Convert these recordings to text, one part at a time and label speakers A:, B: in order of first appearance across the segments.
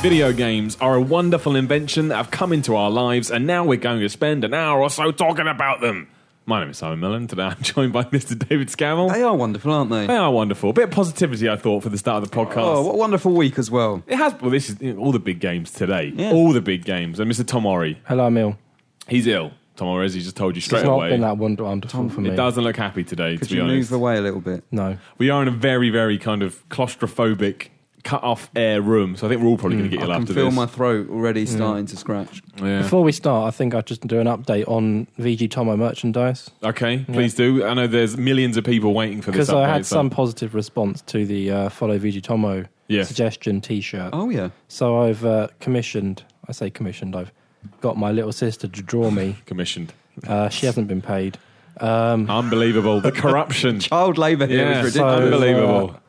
A: Video games are a wonderful invention that have come into our lives, and now we're going to spend an hour or so talking about them. My name is Simon Mellon. Today I'm joined by Mr. David Scammell.
B: They are wonderful, aren't they?
A: They are wonderful. bit of positivity, I thought, for the start of the podcast.
B: Oh, what a wonderful week as well.
A: It has. Well, this is you know, all the big games today.
B: Yeah.
A: All the big games. And Mr. Tom Ori,
C: Hello, Mill.
A: he's ill. Tom Ori, as he just told you straight
C: It's not
A: away,
C: been that wonder- wonderful for me.
A: it doesn't look happy today.
B: Could
A: to be
B: you
A: honest,
B: move away a little bit?
C: No.
A: we are in a very, very kind of claustrophobic, cut off air room. So I think we're all probably going to get ill
B: Hmm, I can
A: after
B: feel
A: this. Mm.
B: my throat already starting to scratch.
A: Yeah.
C: Before we start, I think I'd just do an update on VG Tomo merchandise
A: Okay, please do. I know there's millions of people waiting for this
C: because
A: update.
C: I had
A: so-
C: some positive response to the uh, follow VG Tomo
A: Yeah.
C: suggestion T-shirt.
B: Oh yeah,
C: So I've uh, commissioned. I say commissioned. I've got my little sister to draw me.
A: commissioned.
C: Uh, she hasn't been paid. Um,
A: Unbelievable. The corruption.
B: child labour here is
A: Yeah,
C: so,
B: ridiculous.
A: unbelievable.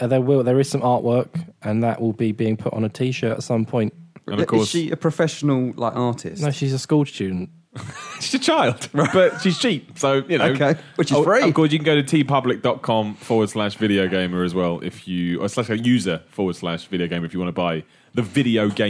C: uh, there will there is some artwork, and that will be being put on a T-shirt at some point.
A: and of course,
B: is she a professional like artist?
C: No, she's a school student.
A: she's a child, but she's cheap. So, you know.
B: Okay, which is
A: Oh,
B: free.
A: Of course, you can go to tpublic.com forward slash video gamer as well if you, or slash a user forward slash video gamer if you want to buy the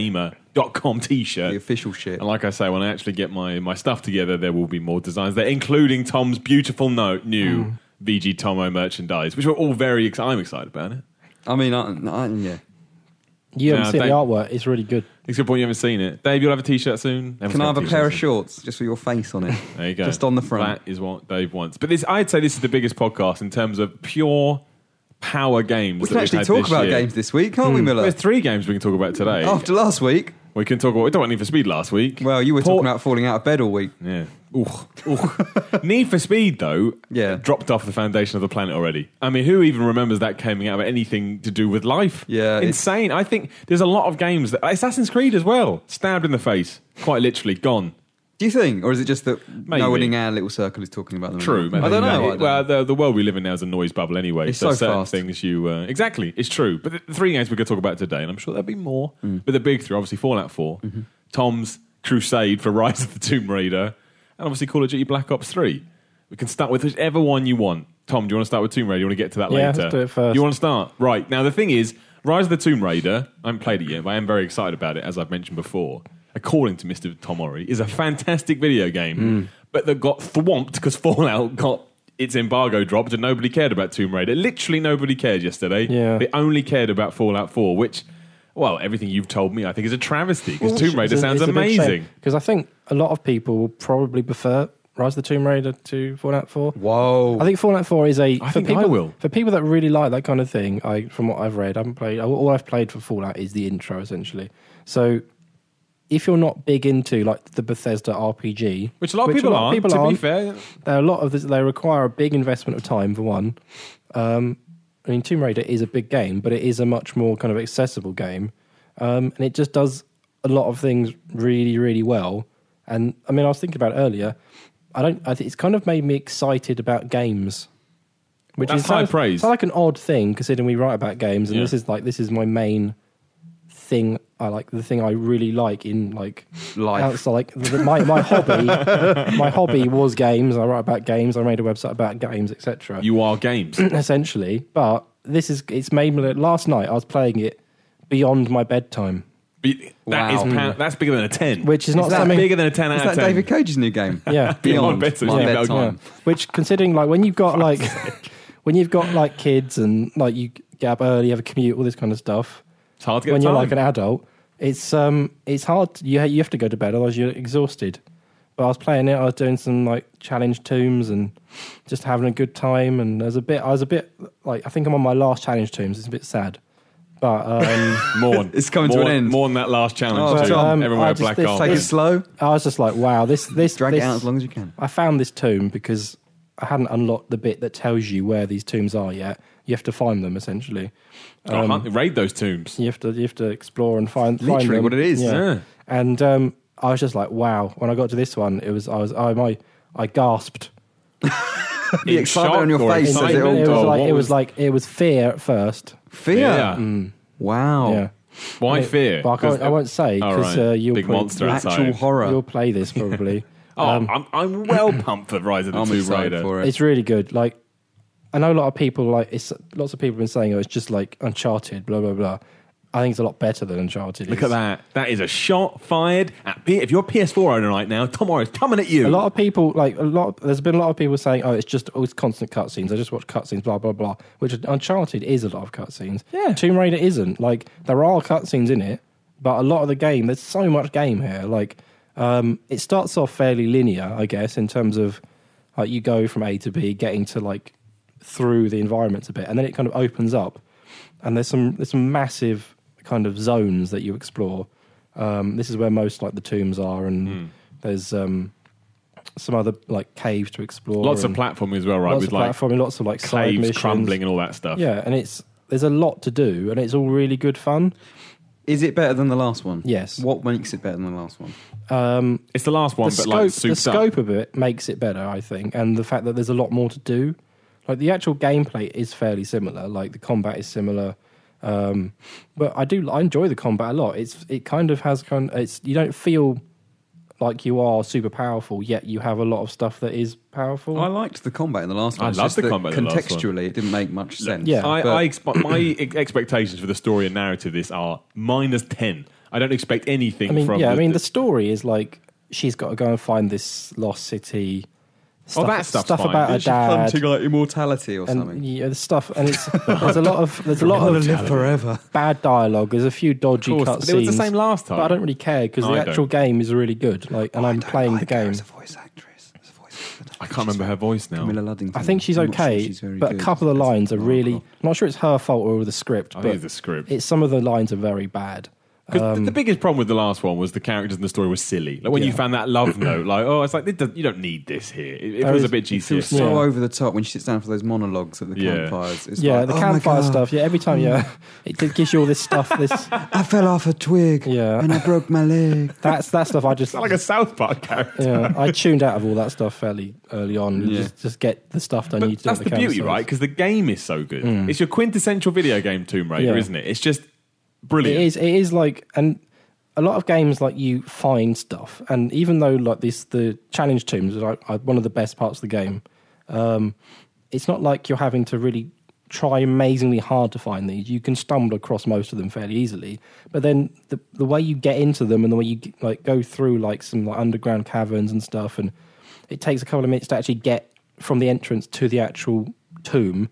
A: videogamer.com t
B: The
A: shirt.
B: official shit.
A: And like I say, when I actually get my, my stuff together, there will be more designs there, including Tom's beautiful note, new
B: Mm.
A: VG Tomo merchandise, which we're all very excited. I'm excited about it.
B: I mean, I, I, yeah.
C: You haven't
A: No,
C: seen the
A: thank-
C: artwork. It's really good.
A: It's a good point you haven't seen it. Dave, you'll have a t-shirt soon.
B: Can I have a
A: Everyone's
B: pair of
A: got t-shirts
B: shorts just with your face on it?
A: soon. There you go.
B: Just on the front.
A: That is what Dave wants. But this, I'd say this is the biggest podcast in terms of pure power games that
B: we can
A: we've
B: actually
A: had
B: talk
A: this
B: about
A: year. Hmm.
B: games this week, can't we, Miller?
A: There's three games we can talk about today.
B: After last week,
A: We can talk about... We don't want Need for Speed last week.
B: well, you were
A: Port-
B: talking about falling out of bed all week.
A: Yeah. Ooh, ooh. Need for Speed, though,
B: Yeah.
A: dropped off the foundation of the planet already. I mean, who even remembers that coming out of anything to do with life?
B: Yeah, it's-
A: Insane. I think there's a lot of games that... Assassin's Creed as well. Stabbed in the face. Quite literally. Gone.
B: Do you think, or is it just that
A: Maybe.
B: no one in our little circle is talking about them?
A: True.
B: I don't know. I
A: It-
B: don't
A: well,
B: know.
A: the, the world we live in now is a noise bubble anyway.
B: It's
A: so,
B: so
A: certain
B: fast.
A: things you uh, exactly. It's true. But the, the three games we're going to talk about today, and I'm sure there'll be more.
C: Mm.
A: But the big three, obviously, Fallout 4
C: Mm-hmm.
A: Tom's Crusade for Rise of the Tomb Raider, and obviously Call of Duty Black Ops Three. We can start with whichever one you want. Tom, do you want to start with Tomb Raider? You want to get to that
C: Yeah,
A: later?
C: let's do it first.
A: You want to start right now? The thing is, Rise of the Tomb Raider. I haven't played it yet, but I am very excited about it, as I've mentioned before. According to Mr. Tomori, is a fantastic video game,
C: Hmm.
A: but that got thwomped because Fallout got its embargo dropped and nobody cared about Tomb Raider. Literally nobody cared yesterday.
C: Yeah.
A: They only cared about Fallout 4, which, well, everything you've told me, I think is a travesty because Tomb Raider sounds amazing.
C: Because I think a lot of people will probably prefer Rise of the Tomb Raider to Fallout 4.
B: Whoa.
C: I think Fallout 4 is a.
A: I
C: for
A: think
C: people,
A: I will.
C: For people that really like that kind of thing, I from what I've read, I haven't played. All I've played for Fallout is the intro, essentially. So if you're not big into like the Bethesda RPG,
A: Which a lot of people are. To be
C: aren't,
A: fair,
C: there are a lot of this, they require a big investment of time for one. Um, I mean, Tomb Raider is a big game, but it is a much more kind of accessible game, um, and it just does a lot of things really, really well. And I mean, I was thinking about it earlier. I don't. I think it's kind of made me excited about games, which
A: That's
C: is
A: high
C: kind of-
A: praise.
C: It's like an odd thing considering we write about games, and
A: Yeah.
C: this is like this is my main thing. I like the thing I really like in like
B: Life.
C: outs- so like th- my, my hobby my hobby was games i write about games i made a website about games etc
A: you are games.
C: essentially but this is it's made me last night i was playing it beyond my bedtime
A: Be- That is
B: Wow.
A: pound, that's bigger than a ten.
C: Which is not
A: that
C: something-
A: bigger than a ten
B: Is
A: out
B: that
A: of ten.
B: David Cage's new game?
C: Yeah.
A: Beyond
B: Beyond,
A: bedtime.
B: my
A: Yeah.
B: bedtime.
C: Yeah. Which, considering like when you've got like when you've got like kids and like you get up early, have a commute, all this kind of stuff.
A: It's hard to get
C: when
A: the
C: you're
A: time.
C: like an adult. It's um, it's hard. To, you ha- you have to go to bed, otherwise you're exhausted. But I was playing it. I was doing some like challenge tombs and just having a good time. And there's a bit. I was a bit like I think I'm on my last challenge tombs. It's a bit sad, but um,
A: Mourn.
B: It's coming to an
A: Mourn-
B: end.
A: Mourn that last
B: Oh,
A: challenge. too.
B: Tom,
C: um,
A: Everyone
C: I
A: wear
C: just-
A: black
C: this-
A: armor.
B: Take it slow.
C: I was just like, wow, this this
B: Drag
C: this,
B: it out as long as you can.
C: I found this tomb because I hadn't unlocked the bit that tells you where these tombs are yet. You have to find them essentially.
A: Oh,
B: Um,
A: hunt- raid those tombs.
C: You have to you have to explore and find
B: Literally
C: find them.
B: what it is.
A: Yeah.
C: And um, I was just like, wow. When I got to this one, it was I was I my I gasped.
B: The
A: In
B: excitement
A: shock
B: on your
A: or
B: face says it
A: excitement
B: all.
C: was
A: or
C: like
A: what
C: it was like it was fear at first.
B: Fear. Mm.
A: Yeah.
B: Wow.
C: Mm. Yeah.
A: Why
C: And it-
A: fear?
C: But I, can't-
A: 'Cause-
C: I won't say
A: All
C: because
A: right.
C: uh, you'll
A: Big
C: probably- Um,
A: monster
C: you'll-
A: outside.
B: Actual horror.
C: You'll play this probably.
A: Oh, I'm, I'm well pumped for Rise of the
B: I'm
A: Tomb
B: excited
A: Raider.
B: for it.
C: It's really good. Like, I know a lot of people like it's. Lots of people have been saying, "Oh, it's just like Uncharted," blah blah blah. I think it's a lot better than Uncharted.
A: Look
C: is.
A: at that. That is a shot fired at P- if you're a PS4 owner right now, Tomorrow's coming at you.
C: A lot of people like a lot. There's been a lot of people saying, "Oh, it's just oh, it's constant cutscenes. I just watch cutscenes, blah blah blah." Which Uncharted is a lot of cutscenes.
A: Yeah.
C: Tomb Raider isn't. Like there are cutscenes in it, but a lot of the game. There's so much game here. Like um, it starts off fairly linear, I guess, in terms of like you go from A to B, getting to like through the environments a bit, and then it kind of opens up, and there's some there's some massive kind of zones that you explore. Um, this is where most like the tombs are, and
A: Hmm.
C: there's um, some other like caves to explore.
A: Lots of
C: and
A: platforming as well, right?
C: lots
A: With
C: of
A: like
C: platforming, lots of like side
A: caves
C: missions.
A: crumbling and all that stuff.
C: Yeah, and it's there's a lot to do, and it's all really good fun.
B: Is it better than the last one?
C: Yes.
B: What makes it better than the last one?
C: Um,
A: It's the last one,
C: the
A: but
C: scope,
A: like
C: the
A: souped up.
C: scope of it makes it better, I think, and the fact that there's a lot more to do. Like the actual gameplay is fairly similar. Like the combat is similar, um, but I do I enjoy the combat a lot. It's it kind of has kind. It's you don't feel like you are super powerful yet. You have a lot of stuff that is powerful.
B: I liked the combat in the last one.
A: I
B: It's
A: loved
B: just
A: the
B: that
A: combat in the last one.
B: Contextually, it didn't make much sense.
C: yeah.
A: I,
B: But-
A: I expe- my ex- expectations for the story and narrative of this are minus ten. I don't expect anything
C: I mean,
A: from.
C: yeah,
A: the,
C: I mean, the story is like she's got to go and find this lost city. Stuff,
A: that stuff's
C: stuff
A: fine.
C: about her
B: It's just
C: dad
B: hunting like immortality or
C: and
B: something.
C: yeah, the stuff, and it's there's a lot of there's a lot of
B: forever.
C: bad dialogue. There's a few dodgy
A: course,
C: cutscenes.
A: but it was the same last time.
C: But I don't really care because
A: No,
C: the
A: I
C: actual game is really good. Like, and I'm playing the game.
B: As a voice actress, as a voice actor.
A: I can't remember her voice now.
B: Camilla Luddington.
C: I think she's
B: I'm not sure
C: okay,
B: she's very
C: but
B: good.
C: a couple of the
B: It's
C: lines are really.
B: remarkable.
C: I'm not sure it's her fault or the script,
A: I
C: but
A: think it's Oh, the script.
C: it's some of the lines are very bad.
A: 'Cause the- the biggest problem with the last one was the characters in the story were silly. Like when you
C: Yeah.
A: found that love note, like oh, it's like it does, you don't need this here. It, it
C: There
A: was
C: is-
A: a bit cheesy.
B: It's so
C: Yeah.
B: over the top when she sits down for those monologues at the
A: Yeah.
B: campfires. It's
C: yeah,
B: like,
C: the
B: "Oh my
C: campfire
B: God,
C: stuff. Yeah, every time, yeah, it did- gives you all this stuff. This
B: I fell off a twig
C: Yeah.
B: and I broke my leg.
C: that's that stuff. I just
A: Sound like a South Park character.
C: yeah, I tuned out of all that stuff fairly early on. You
B: Yeah.
C: Just just get the stuff done. you
A: But
C: do at
A: that's the, beauty,
C: campsites.
A: right? Because the game is so good. It's your quintessential video game Tomb Raider,
C: Yeah.
A: isn't it? It's just
C: It
A: brilliant.
C: is. It is like, and a lot of games like you find stuff, and even though like this, the challenge tombs is like, are one of the best parts of the game. Um, it's not like you're having to really try amazingly hard to find these. You can stumble across most of them fairly easily, but then the the way you get into them and the way you like go through like some like underground caverns and stuff, and it takes a couple of minutes to actually get from the entrance to the actual tomb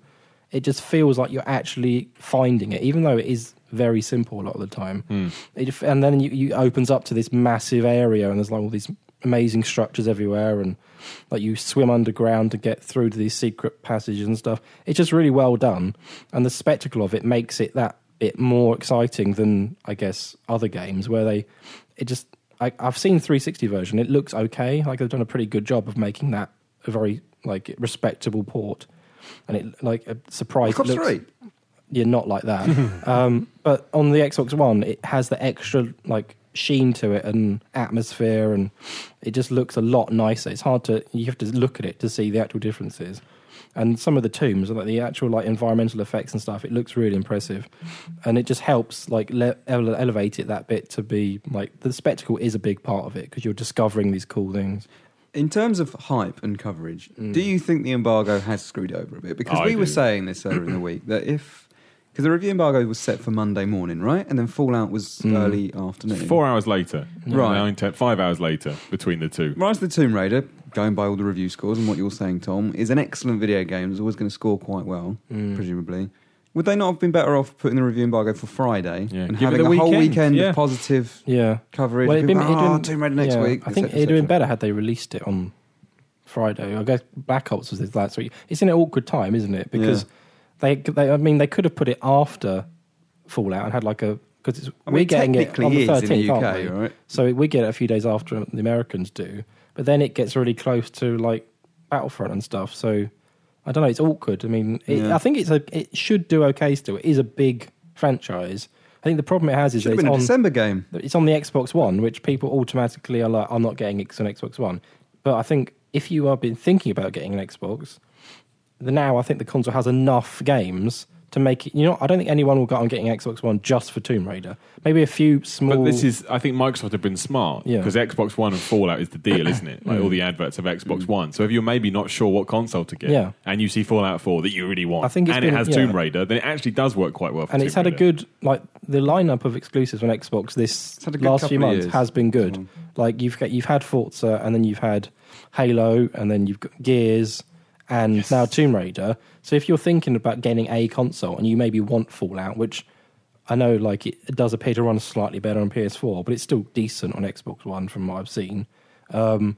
C: it just feels like you're actually finding it, even though it is very simple a lot of the time. Mm. It, f- and then you, you opens up to this massive area, and there's like all these amazing structures everywhere, and like you swim underground to get through to these secret passages and stuff. It's just really well done, and the spectacle of it makes it that bit more exciting than I guess other games where they it just I, I've seen 360 version. It looks okay. Like they've done a pretty good job of making that a very like respectable port. And it like a surprise.
B: Black Ops
C: looks-
B: 3.
C: yeah, not like that. um, but on the Xbox One, it has the extra like sheen to it and atmosphere, and it just looks a lot nicer. It's hard to you have to look at it to see the actual differences. And some of the tombs, like the actual like environmental effects and stuff, it looks really impressive, and it just helps like le- ele- elevate it that bit to be like the spectacle is a big part of it because you're discovering these cool things.
B: In terms of hype and coverage, do you think the embargo has screwed over a bit? Because
A: Mm. I
B: we were
A: do.
B: saying this earlier in the week that if because the review embargo was set for Monday morning, right, and then Fallout was early afternoon.
A: Mm. Four hours later,
B: Right.
A: Nine, ten- five hours later between the two.
B: Rise of the Tomb Raider, going by all the review scores and what you're saying, Tom, is an excellent video game. It's always going to score quite well,
A: Mm.
B: presumably. Would they not have been better off putting the review embargo for Friday
A: Yeah,
B: and
A: give it
B: having a
A: the
B: whole
A: weekend,
B: weekend
A: yeah.
B: of positive
C: Yeah,
B: coverage?
C: it'd
B: People,
C: been- it'd
B: "Oh,
C: been-
B: Tomb Raider next
C: yeah,
B: week.
C: I think
B: etc.,
C: it'd have been
B: etc..
C: better had they released it on Friday. I guess Black Ops was this last week. It's in an awkward time, isn't it? Because they, they, I mean, they could have put it after Fallout and had like a because
B: I mean,
C: we're getting it
B: technically
C: on the
B: is in the
C: thirteenth,
B: UK,
C: aren't we?
B: right?
C: So we get it a few days after the Americans do, but then it gets really close to like Battlefront and stuff. So I don't know. It's awkward. I mean, it,
B: Yeah.
C: I think it's a it should do okay still. It is a big franchise. I think the problem it has is
B: Should
C: that
B: have
C: it's
B: been a
C: on
B: December game.
C: it's on the Xbox One, which people automatically are like, I'm not getting it 'cause it's on Xbox One. But I think if you have been thinking about getting an Xbox, then now I think the console has enough games to make it. You know, I don't think anyone will go on getting Xbox One just for Tomb Raider. Maybe a few small.
A: But this is, I think Microsoft have been smart
C: Yeah. Mm.
A: because Xbox One and Fallout is the deal, isn't it? Like all the adverts of Xbox One. So if you're maybe not sure what console to get,
C: Yeah.
A: and you see Fallout Four that you really want,
C: I think it's
A: and
C: been-
A: it has
C: yeah.
A: Tomb Raider, then it actually does work quite well. For
C: and it's
A: Tomb
C: had a
A: Raider.
C: good like the lineup of exclusives on Xbox this
B: It's had a good
C: last
B: couple
C: few
B: of
C: months
B: years. Mm-hmm.
C: has been good. Like you've got, you've had Forza and then you've had Halo and then you've got Gears and now Tomb Raider. So if you're thinking about getting a console and you maybe want Fallout, which I know like it, it does appear to run slightly better on PS4, but it's still decent on Xbox One from what I've seen. Um,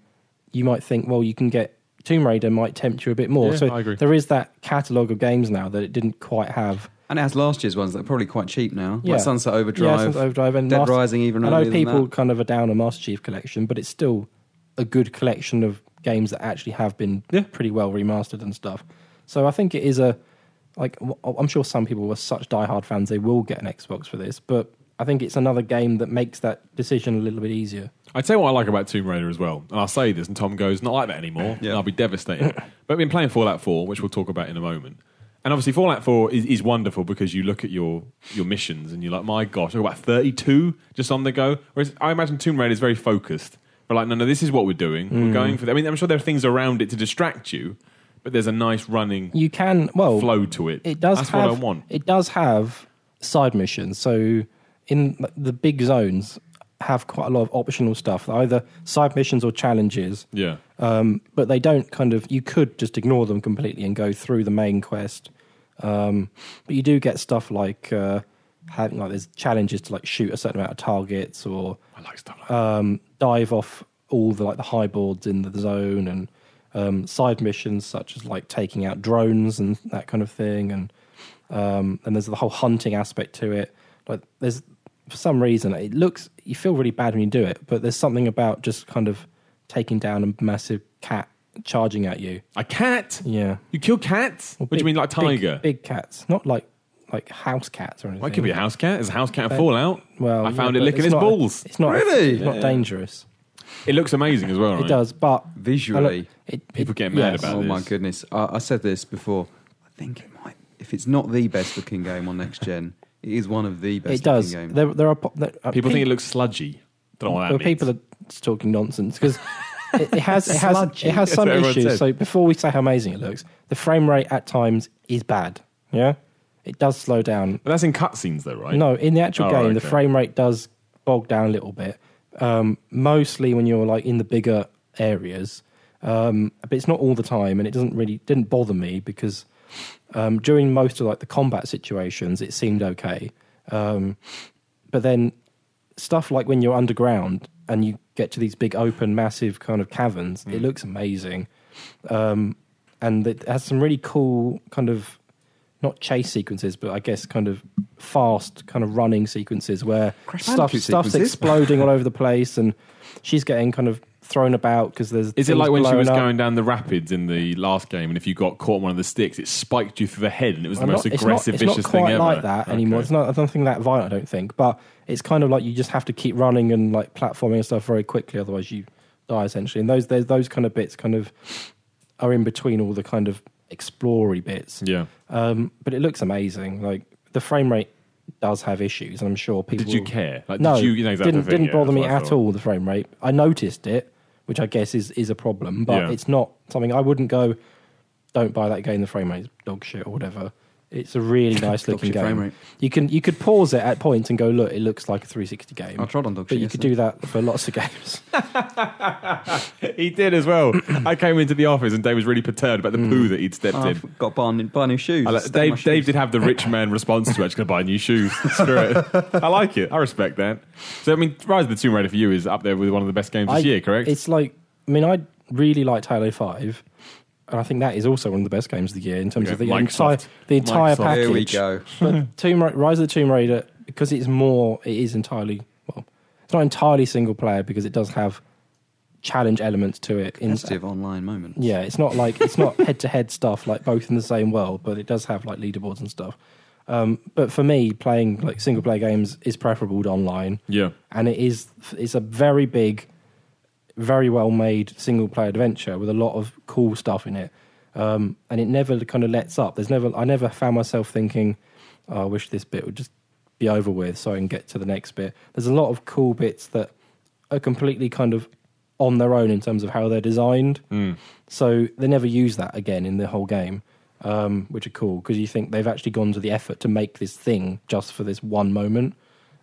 C: you might think, well, you can get Tomb Raider might tempt you a bit more.
A: Yeah,
C: so
A: I agree.
C: there is that catalog of games now that it didn't quite have.
B: And it has last year's ones that are probably quite cheap now.
C: Yeah.
B: Like Sunset
C: Yeah,
B: Overdrive.
C: Sunset Overdrive and
B: Dead
C: Master-
B: Rising even
C: I know
B: earlier than
C: people
B: that.
C: kind of are down on Master Chief Collection, but it's still a good collection of games that actually have been
A: Yeah.
C: pretty well remastered and stuff. So I think it is a like w- I'm sure some people were such diehard fans they will get an Xbox for this, but I think it's another game that makes that decision a little bit easier.
A: I tell you what I like about Tomb Raider as well, and I'll say this, and Tom goes, "Not like that anymore,"
B: Yeah.
A: and I'll be devastated. but I've been playing Fallout Four, which we'll talk about in a moment. And obviously, Fallout Four is, is wonderful because you look at your your missions and you're like, "My gosh, I've got about 32 just on the go." Whereas I imagine Tomb Raider is very focused, but like, no, no, this is what we're doing. We're going for. That. I mean, I'm sure there are things around it to distract you, but there's a nice running
C: You can well
A: flow to it.
C: It does
A: That's
C: have,
A: what I want.
C: It does have side missions. So in the big zones have quite a lot of optional stuff, either side missions or challenges.
A: Yeah.
C: um, but they don't kind of you could just ignore them completely and go through the main quest um, but you do get stuff like uh, having like there's challenges to like shoot a certain amount of targets or
A: I like stuff like that.
C: um, dive off all the like the high boards in the zone and um, side missions such as like taking out drones and that kind of thing and um, and there's the whole hunting aspect to it like there's for some reason it looks you feel really bad when you do it but there's something about just kind of taking down a massive cat charging at you
A: A cat?
C: yeah
A: You kill cats?
C: Or
A: what do you
C: big-
A: mean, like
C: big-
A: tiger?
C: big, cats not like like house cats or anything
A: Well, it could be a house cat. Is a house cat a Fallout?
C: Uh, well
A: I
C: yeah,
A: found
C: but
A: it licking
C: it's
A: its
C: not-
A: balls.
C: it's not
B: Really?
C: it's not dangerous
A: It looks amazing as well, right?
C: it does but
B: Visually.
C: I look- it,
A: People get mad about
B: Oh
A: this.
B: my goodness! I, I said this before. I think it might. If it's not the best looking game on next gen, it is one of the best.
C: It does.
B: Looking games.
C: There, there are po- there, uh,
A: People
C: pe-
A: think it looks sludgy. Don't know what that
C: well,
A: means.
C: people are just talking nonsense because it, it has it has
B: Sludgy.
C: it has
A: That's
C: some
A: what everyone
C: issues.
A: said.
C: So before we say how amazing it looks, the frame rate at times is bad. Yeah, it does slow down.
A: but that's in cutscenes, though, right?
C: No, in the actual
A: Oh,
C: game, the
A: okay.
C: frame rate does bog down a little bit. Um, mostly when you're like in the bigger areas, um, but it's not all the time, and it doesn't really didn't bother me because um, during most of like the combat situations, it seemed okay. Um, but then stuff like when you're underground and you get to these big open massive kind of caverns
A: Mm.
C: it looks amazing um, and it has some really cool kind of not chase sequences but i guess kind of fast kind of running sequences where
B: Crash
C: stuff,
B: Bandicoot
C: stuff's
B: sequences.
C: exploding all over the place and she's getting kind of thrown about because there's
A: Is it like
C: things
A: when she
C: blown
A: was
C: up.
A: going down the rapids in the last game, and if you got caught on one of the sticks, it spiked you through the head, and it was the
C: I'm
A: most
C: not-
A: aggressive,
C: it's not,
A: vicious
C: it's not quite
A: thing ever.
C: like that anymore.
A: Okay.
C: It's not, I don't think that violent. I don't think, but it's kind of like you just have to keep running and like platforming and stuff very quickly, otherwise you die essentially. And those there's those kind of bits kind of are in between all the kind of explory bits.
A: Yeah.
C: Um, but it looks amazing. Like the frame rate does have issues, and I'm sure people.
A: Did you care? Like,
C: no,
A: did you, you know, that's the
C: didn't
A: thing,
C: didn't
A: yeah,
C: bother
A: that's
C: me
A: what I
C: at
A: thought.
C: all. The frame rate, I noticed it, which I guess is is a problem, but
A: Yeah.
C: it's not something I wouldn't go. Don't buy that game. The frame rate's dog shit or whatever. It's a really nice looking
B: shit
C: game.
B: frame rate.
C: You can you could pause it at points and go look. It looks like a 360 game.
B: I tried on dog
C: but
B: shit
C: you could
B: yesterday.
C: do that for lots of games.
A: He did as well. I came into the office, and Dave was really perturbed about the poo
C: Mm.
A: that he'd stepped
C: Oh,
A: in.
B: I've got barn barn new shoes.
A: I like-
B: Stuck my
A: Dave,
B: shoes.
A: Dave did have the rich man response to actually going to buy new shoes. Spirit. I like it. I respect that. So, I mean, Rise of the Tomb Raider for you is up there with one of the best games this
C: I-
A: year, correct?
C: It's like, I mean, I really liked Halo 5. And I think that is also one of the best games of the year in terms
A: Okay,
C: of the
A: Microsoft.
C: entire the entire
A: Microsoft.
C: package.
B: Here we go.
C: But Tomb Ra- Rise of the Tomb Raider because it's more, it is entirely well, it's not entirely single player because it does have challenge elements to it. In,
B: Competitive online moment.
C: yeah, it's not like it's not head to head stuff like both in the same world, but it does have like leaderboards and stuff. Um, but for me, playing like single player games is preferable to online
A: yeah.
C: and it is it's a very big very well made single player adventure with a lot of cool stuff in it um, and it never kind of lets up. There's never I never found myself thinking, oh, I wish this bit would just be over with so I can get to the next bit. There's a lot of cool bits that are completely kind of on their own in terms of how they're designed. So they never use that again in the whole game, um, which are cool because you think they've actually gone to the effort to make this thing just for this one moment.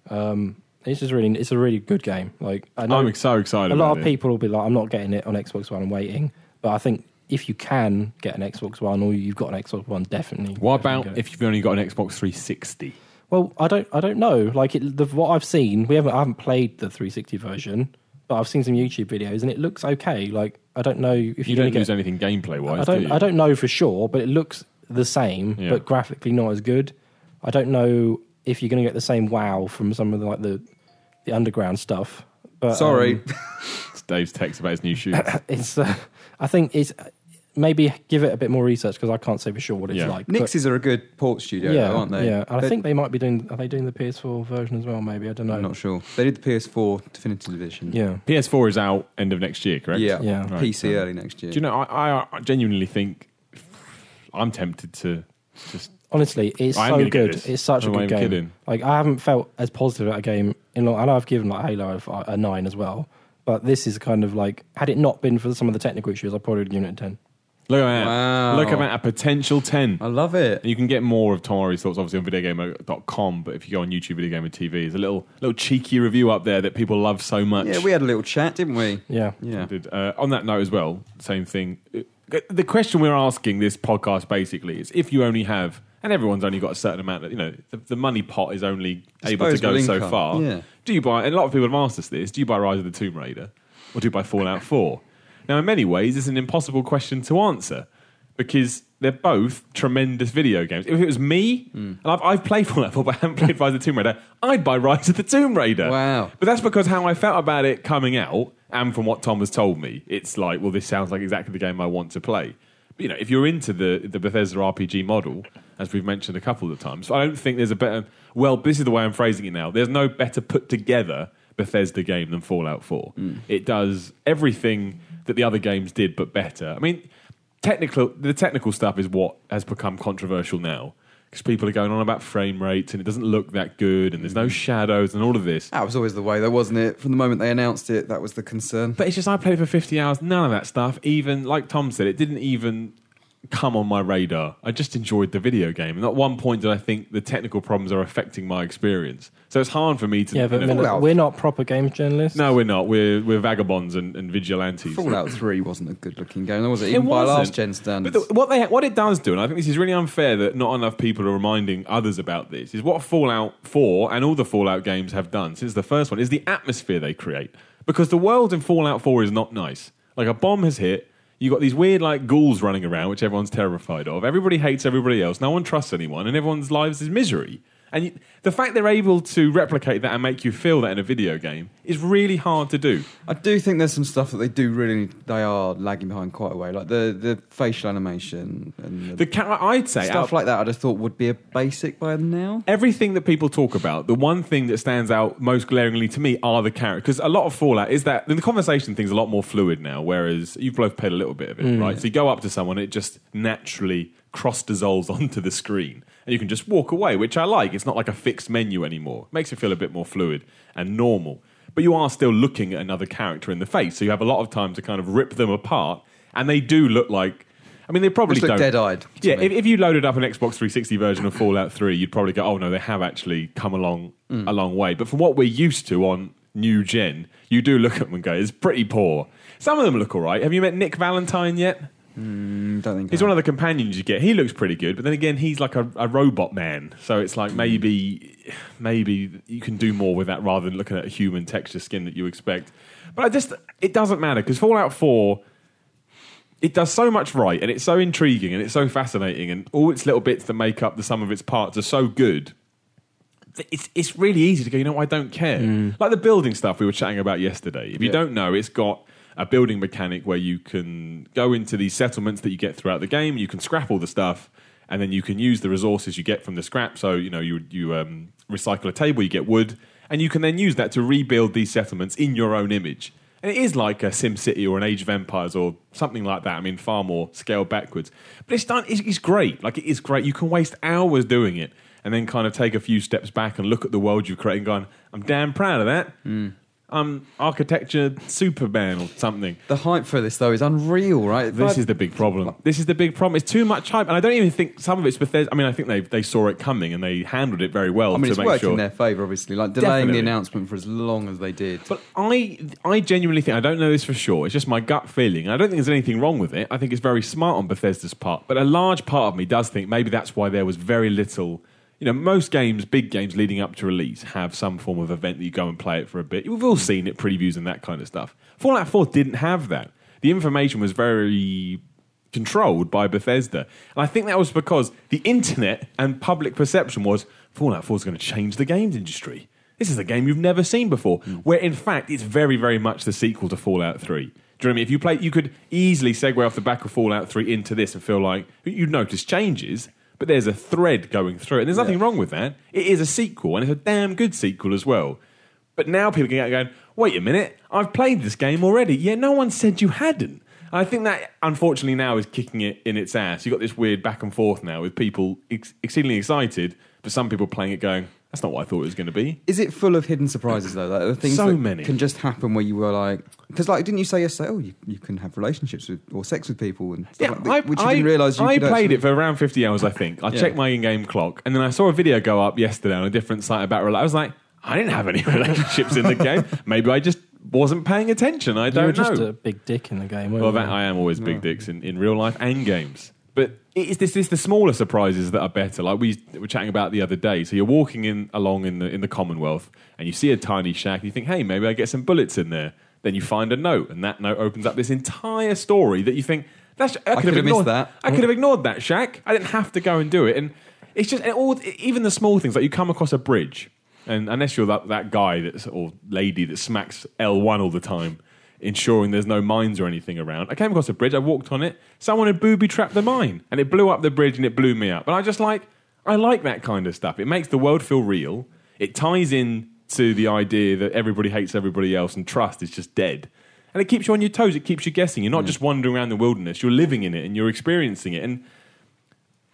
C: Um, it's just really, it's a really good game. Like I know
A: I'm ex- so excited.
C: a lot
A: about
C: of
A: it.
C: people will be like, I'm not getting it on Xbox One, I'm waiting. But I think if you can get an Xbox One or you've got an Xbox One, definitely.
A: What
C: definitely
A: about
C: get it.
A: if you've only got an Xbox 360?
C: Well, I don't, I don't know. Like it, the, what I've seen, we haven't, I haven't played the 360 version, but I've seen some YouTube videos and it looks okay. Like I don't know if
A: You
C: you're
A: don't
C: gonna
A: lose
C: get.
A: anything gameplay wise.
C: I don't,
A: do you?
C: I don't know for sure, but it looks the same,
A: Yeah.
C: but graphically not as good. I don't know if you're going to get the same wow from some of the, like the, the underground stuff. But um,
B: Sorry.
A: It's Dave's text about his new shoes.
C: it's uh, I think it's maybe give it a bit more research because I can't say for sure what it's
A: Yeah.
C: like. but-
B: Nixes are a good port studio,
C: yeah,
B: though, aren't they?
C: Yeah, and I
B: They-
C: think they might be doing. Are they doing the PS4 version as well? Maybe I don't know.
B: I'm not sure. They did the PS4 Definitive Edition.
C: Yeah,
A: PS4 is out end of next year, correct?
B: Yeah.
C: Yeah.
A: Right.
B: PC early next year.
A: Do you know? I, I genuinely think I'm tempted to just.
C: honestly, it's
A: I'm
C: so
A: gonna get
C: good.
A: this.
C: It's such a
A: I'm not
C: good game.
A: even kidding.
C: Like I haven't felt as positive at a game in long. And I've given like Halo a, a nine as well. But this is kind of like had it not been for some of the technical issues, I probably would have given it a ten.
A: Look at that.
B: Wow.
A: Look at that. A potential 10.
B: I love it.
A: And you can get more of Tom Ari's thoughts obviously on videogamer.com, but if you go on YouTube Video Gamer TV, there's a little little cheeky review up there that people love so much.
B: Yeah, we had a little chat, didn't we?
C: Yeah,
B: Yeah.
A: Did, uh, on that note as well, same thing. Uh, The question we're asking this podcast basically is if you only have, and everyone's only got a certain amount of, you know, the, the money pot is only able to
B: Disposable
A: go so
B: income,
A: far.
B: yeah.
A: Do you buy, and a lot of people have asked us this, do you buy Rise of the Tomb Raider or do you buy Fallout 4? Now, in many ways, it's an impossible question to answer because they're both tremendous video games. If it was me,
B: Hmm.
A: and I've, I've played Fallout 4 but I haven't played Rise of the Tomb Raider, I'd buy Rise of the Tomb Raider.
B: Wow.
A: But that's because how I felt about it coming out, and from what Tom has told me, it's like, well, this sounds like exactly the game I want to play. But, you know, if you're into the the Bethesda RPG model, as we've mentioned a couple of times, I don't think there's a better. Well, this is the way I'm phrasing it now. There's no better put together Bethesda game than Fallout 4. It does everything that the other games did, but better. I mean, technical the technical stuff is what has become controversial now because people are going on about frame rates and it doesn't look that good and there's no shadows and all of this.
B: That was always the way, though, wasn't it? From the moment they announced it, that was the concern.
A: But it's just I played for 50 hours, none of that stuff. Even like Tom said, it didn't even come on my radar. I just enjoyed the video game. And at one point did I think the technical problems are affecting my experience. So it's hard for me to
C: yeah. But
A: you know,
B: Fallout.
C: we're not proper games journalists.
A: No, we're not. We're we're vagabonds and, and vigilantes.
B: Fallout 3 wasn't a good looking game, though, was it? Even by
A: wasn't.
B: last gen standards.
A: But the, what they what it does do, and I think this is really unfair that not enough people are reminding others about this, is what Fallout 4 and all the Fallout games have done since the first one is the atmosphere they create. Because the world in Fallout 4 is not nice. Like a bomb has hit, you got these weird like ghouls running around, which everyone's terrified of. Everybody hates everybody else. No one trusts anyone, and everyone's lives is misery. And you, the fact they're able to replicate that and make you feel that in a video game is really hard to do.
B: I do think there's some stuff that they do really, they are lagging behind quite a way. Like the, the facial animation and the,
A: The ca- I'd say
B: stuff
A: out-
B: like that, I just thought would be a basic by now.
A: everything that people talk about, the one thing that stands out most glaringly to me are the characters. Because a lot of Fallout is that the conversation thing's a lot more fluid now, whereas you've both played a little bit of it,
B: Mm.
A: right? So you go up to someone, it just naturally cross dissolves onto the screen. And you can just walk away, which I like. It's not like a fixed menu anymore. It makes it feel a bit more fluid and normal. But you are still looking at another character in the face. So you have a lot of time to kind of rip them apart. And they do look like. I mean, they probably
B: Just
A: don't.
B: look dead eyed.
A: Yeah, if, if you loaded up an Xbox 360 version of Fallout 3, you'd probably go, "Oh no, they have actually come along a long way." But from what we're used to on new gen, you do look at them and go, "It's pretty poor." Some of them look all right. Have you met Nick Valentine yet? Mm,
B: don't think
A: He's one of the companions you get. He looks pretty good, but then again, he's like a, a robot man. So it's like maybe, maybe you can do more with that rather than looking at a human texture skin that you expect. But I just, it doesn't matter because Fallout Four, it does so much right, and it's so intriguing, and it's so fascinating, and all its little bits that make up the sum of its parts are so good th- it's it's really easy to go. You know, what, I don't care. Like the building stuff we were chatting about yesterday. If you
B: Yeah.
A: don't know, it's got a building mechanic where you can go into these settlements that you get throughout the game. You can scrap all the stuff, and then you can use the resources you get from the scrap. So you know, you you um, recycle a table, you get wood, and you can then use that to rebuild these settlements in your own image. And it is like a Sim City or an Age of Empires or something like that. I mean, far more scaled backwards. But it's done. It's, it's great. Like it is great. You can waste hours doing it and then kind of take a few steps back and look at the world you've created and going, "I'm damn proud of that."
B: Hmm.
A: I'm architecture Superman or something.
B: The hype for this though is unreal, right?
A: This is the big problem. This is the big problem. It's too much hype, and I don't even think some of it's Bethesda. I mean, I think they they saw it coming and they handled it very well
B: I mean,
A: to
B: it's
A: make
B: worked
A: sure.
B: in their favour, obviously. Like delaying
A: Definitely.
B: the announcement for as long as they did.
A: But I, I genuinely think I don't know this for sure. It's just my gut feeling. I don't think there's anything wrong with it. I think it's very smart on Bethesda's part. But a large part of me does think maybe that's why there was very little. You know, most games, big games leading up to release, have some form of event that you go and play it for a bit. We've all seen it, previews and that kind of stuff. Fallout 4 didn't have that. The information was very controlled by Bethesda. And I think that was because the internet and public perception was Fallout 4 is going to change the games industry. This is a game you've never seen before, where in fact it's very, very much the sequel to Fallout 3. Do you know what I mean? If you play, you could easily segue off the back of Fallout 3 into this and feel like you'd notice changes, but there's a thread going through it. And there's nothing wrong with that. It is a sequel, and it's a damn good sequel as well. But now people can get going, wait a minute, I've played this game already. Yeah, no one said you hadn't. And I think that, unfortunately, now is kicking it in its ass. You've got this weird back and forth now with people ex- exceedingly excited, but some people playing it going, that's not what I thought it was going to be.
B: Is it full of hidden surprises though? Like, the things
A: So
B: that
A: many.
B: can just happen where you were like, because like, didn't you say yesterday? Oh, you, you can have relationships with or sex with people and stuff like that, which you didn't realize. You
A: I
B: could
A: played
B: actually-
A: it for around 50 hours, I think. I checked my in game clock, and then I saw a video go up yesterday on a different site about relationships. I was like, I didn't have any relationships in the game. Maybe I just wasn't paying attention. I don't
C: You were
A: know.
C: just a big dick in the game, weren't
A: Well,
C: you?
A: that I am always big dicks in, in real life and games. But it is this it's the smaller surprises that are better. Like we were chatting about the other day. So you're walking in along in the in the Commonwealth, and you see a tiny shack, and you think, "Hey, maybe I get some bullets in there." Then you find a note, and that note opens up this entire story that you think, "That's I could,
B: could have missed
A: ignored
B: that.
A: I could have ignored that shack. I didn't have to go and do it." And it's just and all even the small things like you come across a bridge, and unless you're that, that guy that's or lady that smacks L one all the time, ensuring there's no mines or anything around. I came across a bridge, I walked on it, someone had booby trapped the mine, and it blew up the bridge and it blew me up. And I just like, I like that kind of stuff. It makes the world feel real. It ties in to the idea that everybody hates everybody else and trust is just dead. And it keeps you on your toes, it keeps you guessing. You're not just wandering around the wilderness, you're living in it and you're experiencing it. And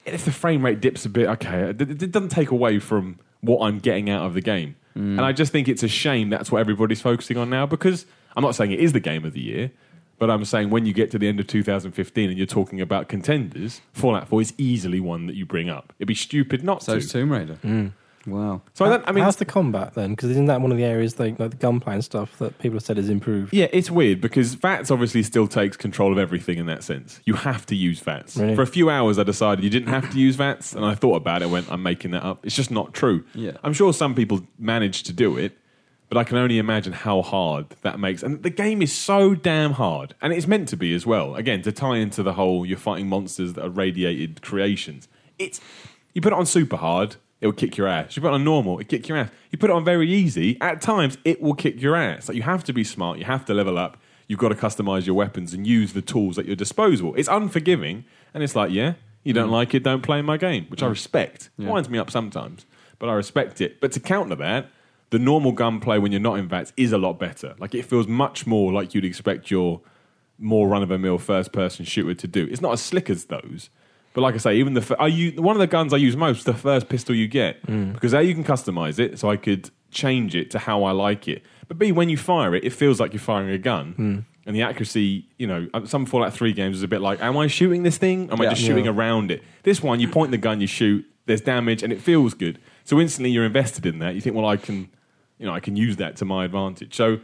A: if the frame rate dips a bit, okay, it, it doesn't take away from what I'm getting out of the game. And I just think it's a shame that's what everybody's focusing on now because I'm not saying it is the game of the year, but I'm saying when you get to the end of 2015 and you're talking about contenders, Fallout 4 is easily one that you bring up. It'd be stupid not
B: So
A: to. Mm.
B: it's Tomb Raider. Wow.
A: So I don't, I mean,
C: how's the combat then? Because isn't that one of the areas, like, like the gunplay and stuff, that people have said is improved?
A: Yeah, it's weird because VATS obviously still takes control of everything in that sense. You have to use VATS.
C: Really?
A: For a few hours, I decided you didn't have to use VATS, and I thought about it and went, I'm making that up. It's just not true.
B: Yeah.
A: I'm sure some people manage to do it, but I can only imagine how hard that makes. And the game is so damn hard, and it's meant to be as well. Again, to tie into the whole you're fighting monsters that are radiated creations. It's you put it on super hard, it will kick your ass. You put it on normal, it kick your ass. You put it on very easy, at times it will kick your ass. Like you have to be smart, you have to level up. You've got to customize your weapons and use the tools at your disposal. It's unforgiving, and it's like, yeah, you don't like it, don't play my game, which I respect. Winds me up sometimes, but I respect it. But to counter that, the normal gunplay when you're not in VATS is a lot better. Like it feels much more like you'd expect your more run of a mill first person shooter to do. It's not as slick as those. But like I say, even the f- I use, one of the guns I use most, is the first pistol you get,
B: Mm.
A: because A, you can customize it, so I could change it to how I like it. But B, when you fire it, it feels like you're firing a gun.
B: Mm.
A: And the accuracy, you know, uh, some Fallout 3 games is a bit like, am I shooting this thing? Am I
B: Yeah.
A: just shooting around it? This one, you point the gun, you shoot, there's damage, and it feels good. So instantly you're invested in that. You think, well, I can, you know, I can use that to my advantage. So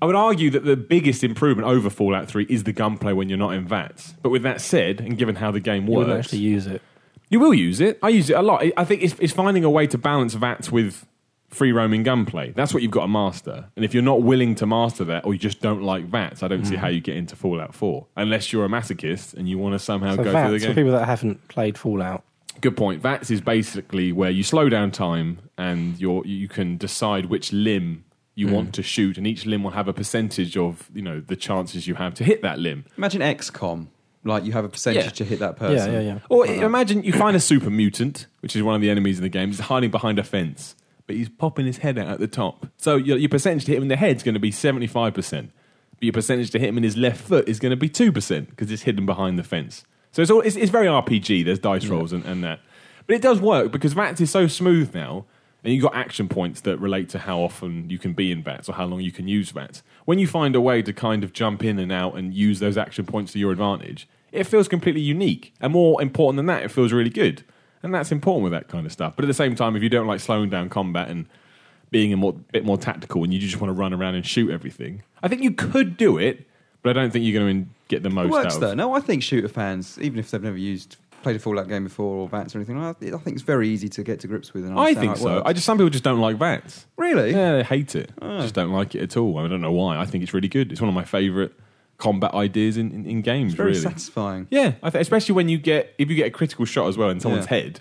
A: I would argue that the biggest improvement over Fallout 3 is the gunplay when you're not in VATS. But with that said, and given how the game
C: You wouldn't
A: works,
C: actually use it.
A: you will use it. I use it a lot. I- I think it's, it's finding a way to balance VATS with free roaming gunplay. That's what you've got to master. And if you're not willing to master that, or you just don't like VATS, I don't
C: Mm.
A: see how you get into Fallout 4 unless you're a masochist and you want to somehow
C: So
A: go
C: that's
A: through the
C: for
A: game.
C: people that haven't played Fallout.
A: Good point. VATS is basically where you slow down time and you're, you can decide which limb you want to shoot, and each limb will have a percentage of you know the chances you have to hit that limb.
B: Imagine XCOM. Like you have a percentage
A: Yeah.
B: to hit that
C: Yeah,
B: person.
C: yeah, yeah.
A: Or imagine you find a super mutant, which is one of the enemies in the game. He's hiding behind a fence, but he's popping his head out at the top. So your, your percentage to hit him in the head's going to be seventy five percent. but your percentage to hit him in his left foot is going to be 2% because it's hidden behind the fence. So it's, all, it's, it's very RPG. There's dice rolls and, and that. But it does work because VATS is so smooth now, and you've got action points that relate to how often you can be in VATS or how long you can use VATS. When you find a way to kind of jump in and out and use those action points to your advantage, it feels completely unique. And more important than that, it feels really good. And that's important with that kind of stuff. But at the same time, if you don't like slowing down combat and being a more, bit more tactical and you just want to run around and shoot everything. I think you could do it, but I don't think you're going to get the most
B: It works
A: out
B: though.
A: of
B: No, I think shooter fans, even if they've never used played a Fallout game before or Vats or anything, I, I think it's very easy to get to grips with. And
A: I
B: understand
A: think
B: how it
A: so.
B: works.
A: I just some people just don't like VATS.
B: really. Oh.
A: Yeah, they hate it. Just don't like it at all. I don't know why. I think it's really good. It's one of my favourite combat ideas in, in, in games.
B: It's very
A: really,
B: satisfying.
A: yeah. I th- especially when you get if you get a critical shot as well in someone's
B: Yeah.
A: head,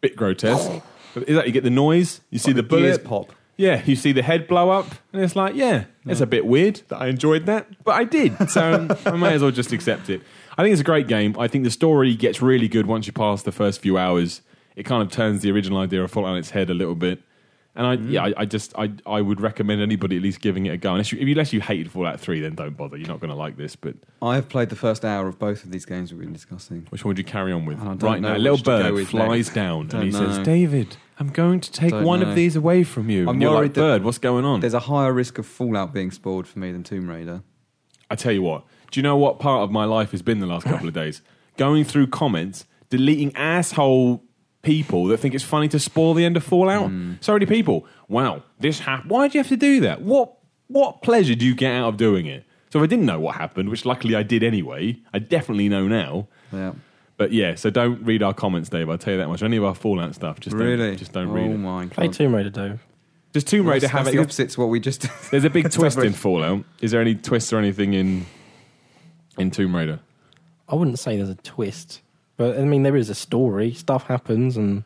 A: bit grotesque. but is that you get the noise? You see the bullet
B: Ears pop.
A: Yeah, you see the head blow up, and it's like, yeah, it's a bit weird that I enjoyed that, but I did, so um, I may as well just accept it. I think it's a great game. I think the story gets really good once you pass the first few hours. It kind of turns the original idea of Fallout on its head a little bit, and I,
B: Mm.
A: yeah, I, I just, I, I would recommend anybody at least giving it a go. Unless you, unless you hated Fallout Three, then don't bother. You're not going to like this. But
B: I have played the first hour of both of these games we've been discussing.
A: which one would you carry on with?
B: I don't
A: Right
B: know
A: now, a
B: which
A: little
B: to go
A: bird
B: with
A: flies
B: next.
A: down, and
B: Don't
A: he says,
B: know.
A: "David, I'm going to take
B: Don't
A: one
B: know.
A: of these away from you."
B: I'm
A: and you're
B: worried
A: like,
B: that-
A: "Bird, what's going on?"
B: There's a higher risk of Fallout being spoiled for me than Tomb Raider.
A: I tell you what. Do you know what part of my life has been the last couple of days? Going through comments, deleting asshole people that think it's funny to spoil the end of Fallout.
B: Hmm.
A: So many people. Wow, this happened. Why do you have to do that? What what pleasure do you get out of doing it? So if I didn't know what happened, which luckily I did anyway. I definitely know now.
B: Yeah.
A: But yeah, so don't read our comments, Dave. I'll tell you that much. Any of our Fallout stuff, just
B: really?
A: don't, just don't
B: oh
A: read it.
B: my god.
C: Play Tomb Raider, though.
A: Does Tomb Raider
B: That's-
A: have
B: that's the
A: any?
B: opposite to what we just.
A: There's a big twist
B: not
A: in Fallout. Is there any twists or anything in in Tomb Raider?
C: I wouldn't say there's a twist, but I mean there is a story. Stuff happens, and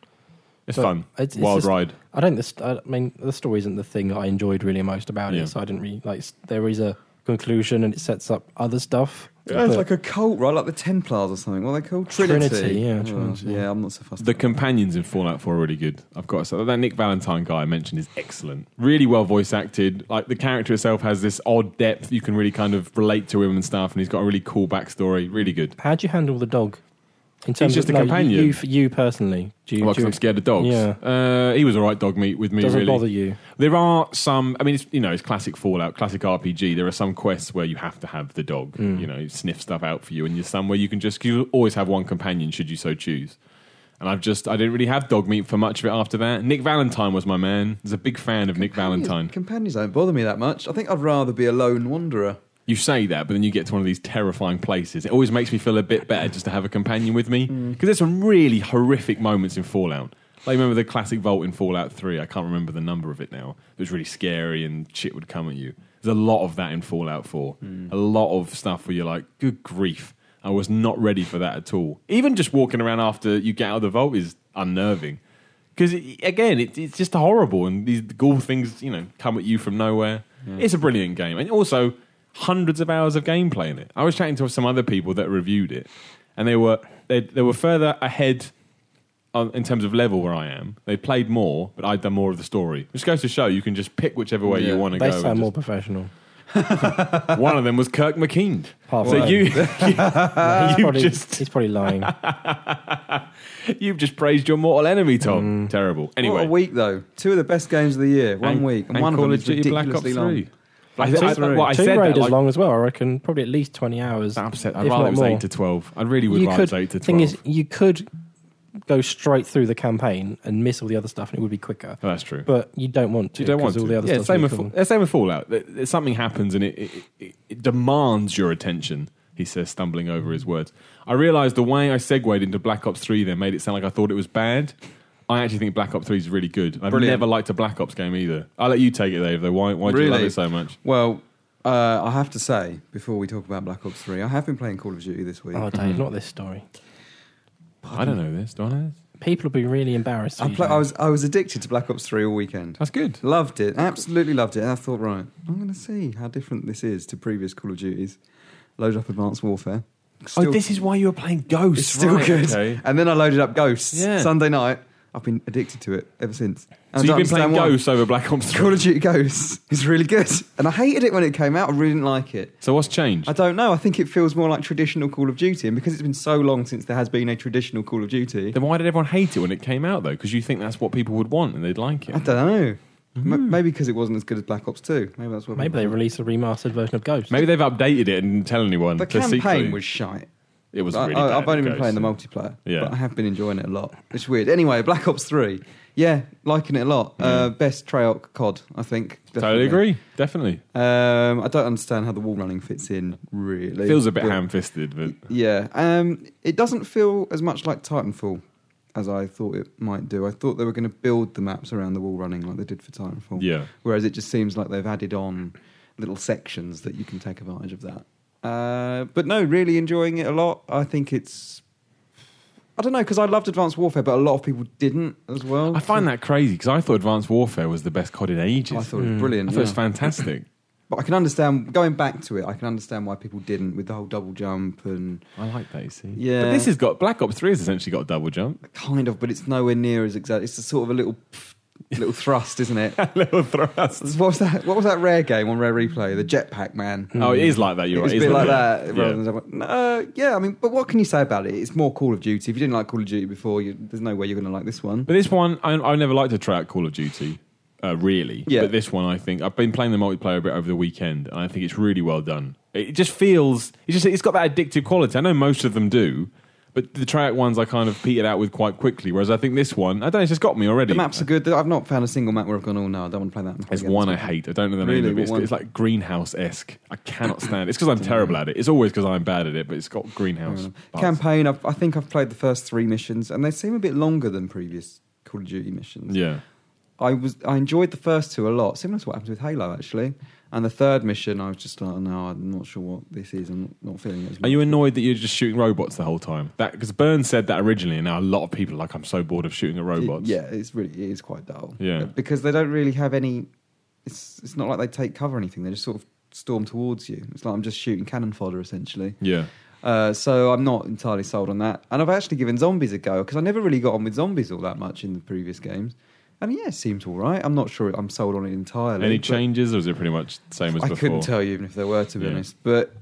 A: It's
C: But
A: fun.
C: it's- it's
A: Wild
C: just-
A: ride.
C: I don't. The, st- I mean, the story isn't the thing that I enjoyed really most about
A: Yeah.
C: it. So I didn't really like. s- There is a conclusion, and it sets up other stuff.
B: Yeah, it's
C: But-
B: like a cult, right? Like the Templars or something. What are they called? Trinity.
C: Trinity, yeah,
B: Oh,
C: Trinity.
B: yeah, I'm not so fussed.
A: The companions in Fallout 4 are really good. I've got to say that Nick Valentine guy I mentioned is excellent. Really well voice acted. Like the character itself has this odd depth. You can really kind of relate to him and stuff, and he's got a really cool backstory. Really good.
C: how do you handle the dog? In terms
A: just
C: of
A: a
C: no, you-
A: companion.
C: You, for you personally, do you?
A: Well,
C: do
A: 'cause
C: you-
A: I'm scared of dogs.
C: Yeah.
A: Uh, he was all right dog meat with me.
C: doesn't
A: really.
C: bother you.
A: There are some. I mean, it's, you know, it's classic Fallout, classic RPG. There are some quests where you have to have the dog. You know, sniff stuff out for you, and there's some where you can just. 'cause You always have one companion, should you so choose. And I've just, I didn't really have dog meat for much of it after that. Nick Valentine was my man. I was a big fan of Nick Valentine.
B: Companions don't bother me that much. I think I'd rather be a lone wanderer.
A: You say that, but then you get to one of these terrifying places. It always makes me feel a bit better just to have a companion with me. Because there's some really horrific moments in Fallout. Like, remember the classic vault in Fallout 3? I can't remember the number of it now. It was really scary and shit would come at you. There's a lot of that in Fallout 4. A lot of stuff where you're like, good grief. I was not ready for that at all. Even just walking around after you get out of the vault is unnerving. Because again, it, it's just horrible, and these ghoul things, you know, come at you from nowhere. It's a brilliant game, and also hundreds of hours of gameplay in it. I was chatting to some other people that reviewed it, and they were they, they were further ahead on, in terms of level where I am. They played more, but I'd done more of the story, which goes to show you can just pick whichever way
B: Yeah.
A: you want to go.
C: They
A: and
C: sound more
A: just-
C: professional.
A: one of them was Kirk McKean.
C: Half
A: So
C: right.
A: you,
C: He's,
A: you, you
C: probably,
A: just
C: he's probably lying.
A: you've just praised your mortal enemy,
C: Mm.
A: Tom. Terrible. Anyway,
B: What a week, though. Two of the best games of the year. One
A: and-
B: week. And,
A: and
B: one
A: Call
B: of them
A: of
B: is
A: Duty Black Ops
B: ridiculously long.
A: 3. I, I, I,
B: Three.
A: well, I
C: Tomb
A: said
C: Raider's
A: that, like,
C: long as well. I reckon probably at least twenty hours.
A: I'm upset. I'd
C: if
A: rather
C: not
A: it was
C: more.
A: 8 to 12. I really would
C: you
A: rather it
C: could.
A: was 8 to 12.
C: thing is, you could go straight through the campaign and miss all the other stuff, and it would be quicker.
A: Oh, that's true.
C: But you don't want to.
A: you don't
C: 'cause
A: want to.
C: all the other
A: yeah,
C: stuff's
A: same
C: really
A: with,
C: cool.
A: Fa- same with Fallout. Th- th- Something happens and it, it, it, it demands your attention, he says, stumbling over his words. I realised the way I segued into Black Ops 3 there made it sound like I thought it was bad. I actually think Black Ops 3 is really good. I've
B: Brilliant.
A: never liked a Black Ops game either. I'll let you take it, Dave, though. Why, why do you love
B: Really?
A: it so much?
B: Well, uh, I have to say, before we talk about Black Ops 3, I have been playing Call of Duty this week.
C: Oh, Dave, not this story.
A: I don't know this. Do I know this?
C: People will be really embarrassed.
B: I,
C: if you
B: pla-
C: don't.
B: I, was, I was addicted to Black Ops 3 all weekend.
A: That's good.
B: Loved it, absolutely loved it. And I thought, right, I'm going to see how different this is to previous Call of Duties. Load up Advanced Warfare. Still,
A: oh, this is Oh, why you were playing Ghosts.
B: it's still
A: right,
B: good.
A: okay.
B: And then I loaded up Ghosts
A: Yeah.
B: Sunday night. I've been addicted to it ever since.
A: So
B: And I
A: you've
B: don't
A: been playing
B: understand why.
A: Ghost over Black Ops 3.
B: Call of Duty Ghosts is really good, and I hated it when it came out. I really didn't like it.
A: So what's changed?
B: I don't know. I think it feels more like traditional Call of Duty, and because it's been so long since there has been a traditional Call of Duty,
A: Then why did everyone hate it when it came out though? Because you think that's what people would want and they'd like
B: I
A: it.
B: don't know.
A: Hmm.
B: M- maybe because it wasn't as good as Black Ops Two. Maybe that's what.
C: Maybe they released a remastered version of Ghost.
A: Maybe they've updated it and didn't tell anyone.
B: the
A: to secretly-
B: campaign was shite.
A: It was
B: I-
A: really.
B: I,
A: bad,
B: have only been
A: Ghost.
B: playing the multiplayer,
A: Yeah.
B: but I have been enjoying it a lot. It's weird. Anyway, Black Ops Three, yeah, liking it a lot. Uh, best Treyarch COD, I think.
A: Totally
B: definitely.
A: agree. Definitely
B: Um, I don't understand how the wall running fits in. Really,
A: feels a bit
B: But-
A: ham-fisted, but
B: Yeah, um, it doesn't feel as much like Titanfall as I thought it might do. I thought they were going to build the maps around the wall running like they did for Titanfall.
A: yeah.
B: Whereas it just seems like they've added on little sections that you can take advantage of that. Uh, but no, really enjoying it a lot. I think it's. I don't know, because I loved Advanced Warfare, but a lot of people didn't as well.
A: I find that crazy because I thought Advanced Warfare was the best COD in ages.
B: I thought it was
A: Mm. I
B: brilliant.
A: thought it was
B: yeah.
A: fantastic.
B: But I can understand, going back to it, I can understand why people didn't with the whole double jump and
A: I like that. You see,
B: Yeah.
A: But this has got Black Ops Three has essentially got a double jump,
B: kind of, but it's nowhere near as exact. It's a sort of a little, little thrust, isn't it?
A: a little thrust.
B: What was that? What was that rare game on Rare Replay? The Jetpack Man.
A: Oh, it is like that.
B: It
A: You're
B: was
A: right.
B: Hmm. a
A: isn't
B: bit like
A: it?
B: that.
A: Yeah.
B: Rather than, uh, yeah, I mean, but what can you say about it? It's more Call of Duty. If you didn't like Call of Duty before, you, there's no way you're going to like this one.
A: But this one, I, I never liked to try out Call of Duty, uh, really.
B: Yeah.
A: But this one, I think I've been playing the multiplayer a bit over the weekend, and I think it's really well done. It just feels it's just it's got that addictive quality. I know most of them do, but the Treyarch ones I kind of petered out with quite quickly. Whereas I think this one, I don't know, it's just got me already.
B: The maps are good. I've not found a single map where I've gone, oh no, I don't want to play that map.
A: There's
B: again."
A: one I hate. I don't know the name
B: Really?
A: of it. It's,
B: What one?
A: it's like greenhouse esque. I cannot stand it. It's because I'm terrible at it. It's always because I'm bad at it, but it's got greenhouse.
B: Mm.
A: vibes.
B: Uh, Campaign, I've, I think I've played the first three missions, and they seem a bit longer than previous Call of Duty missions.
A: Yeah.
B: I was I enjoyed the first two a lot, similar to what happened with Halo actually. And the third mission, I was just like, no, I'm not sure what this is. I'm not feeling it. as
A: Are
B: much.
A: you annoyed that you're just shooting robots the whole time? That because Burns said that originally, and now a lot of people are like I'm so bored of shooting at robots.
B: It- yeah, it's really it is quite dull.
A: Yeah.
B: because they don't really have any. It's it's not like they take cover or anything. They just sort of storm towards you. It's like I'm just shooting cannon fodder essentially.
A: yeah.
B: Uh, so I'm not entirely sold on that. And I've actually given zombies a go because I never really got on with zombies all that much in the previous games. And yeah, it seems all right. I'm not sure I'm sold on it entirely.
A: Any
B: but-
A: changes, or is it pretty much the same as
B: I
A: before?
B: couldn't tell you even if there were, to be
A: Yeah.
B: honest. But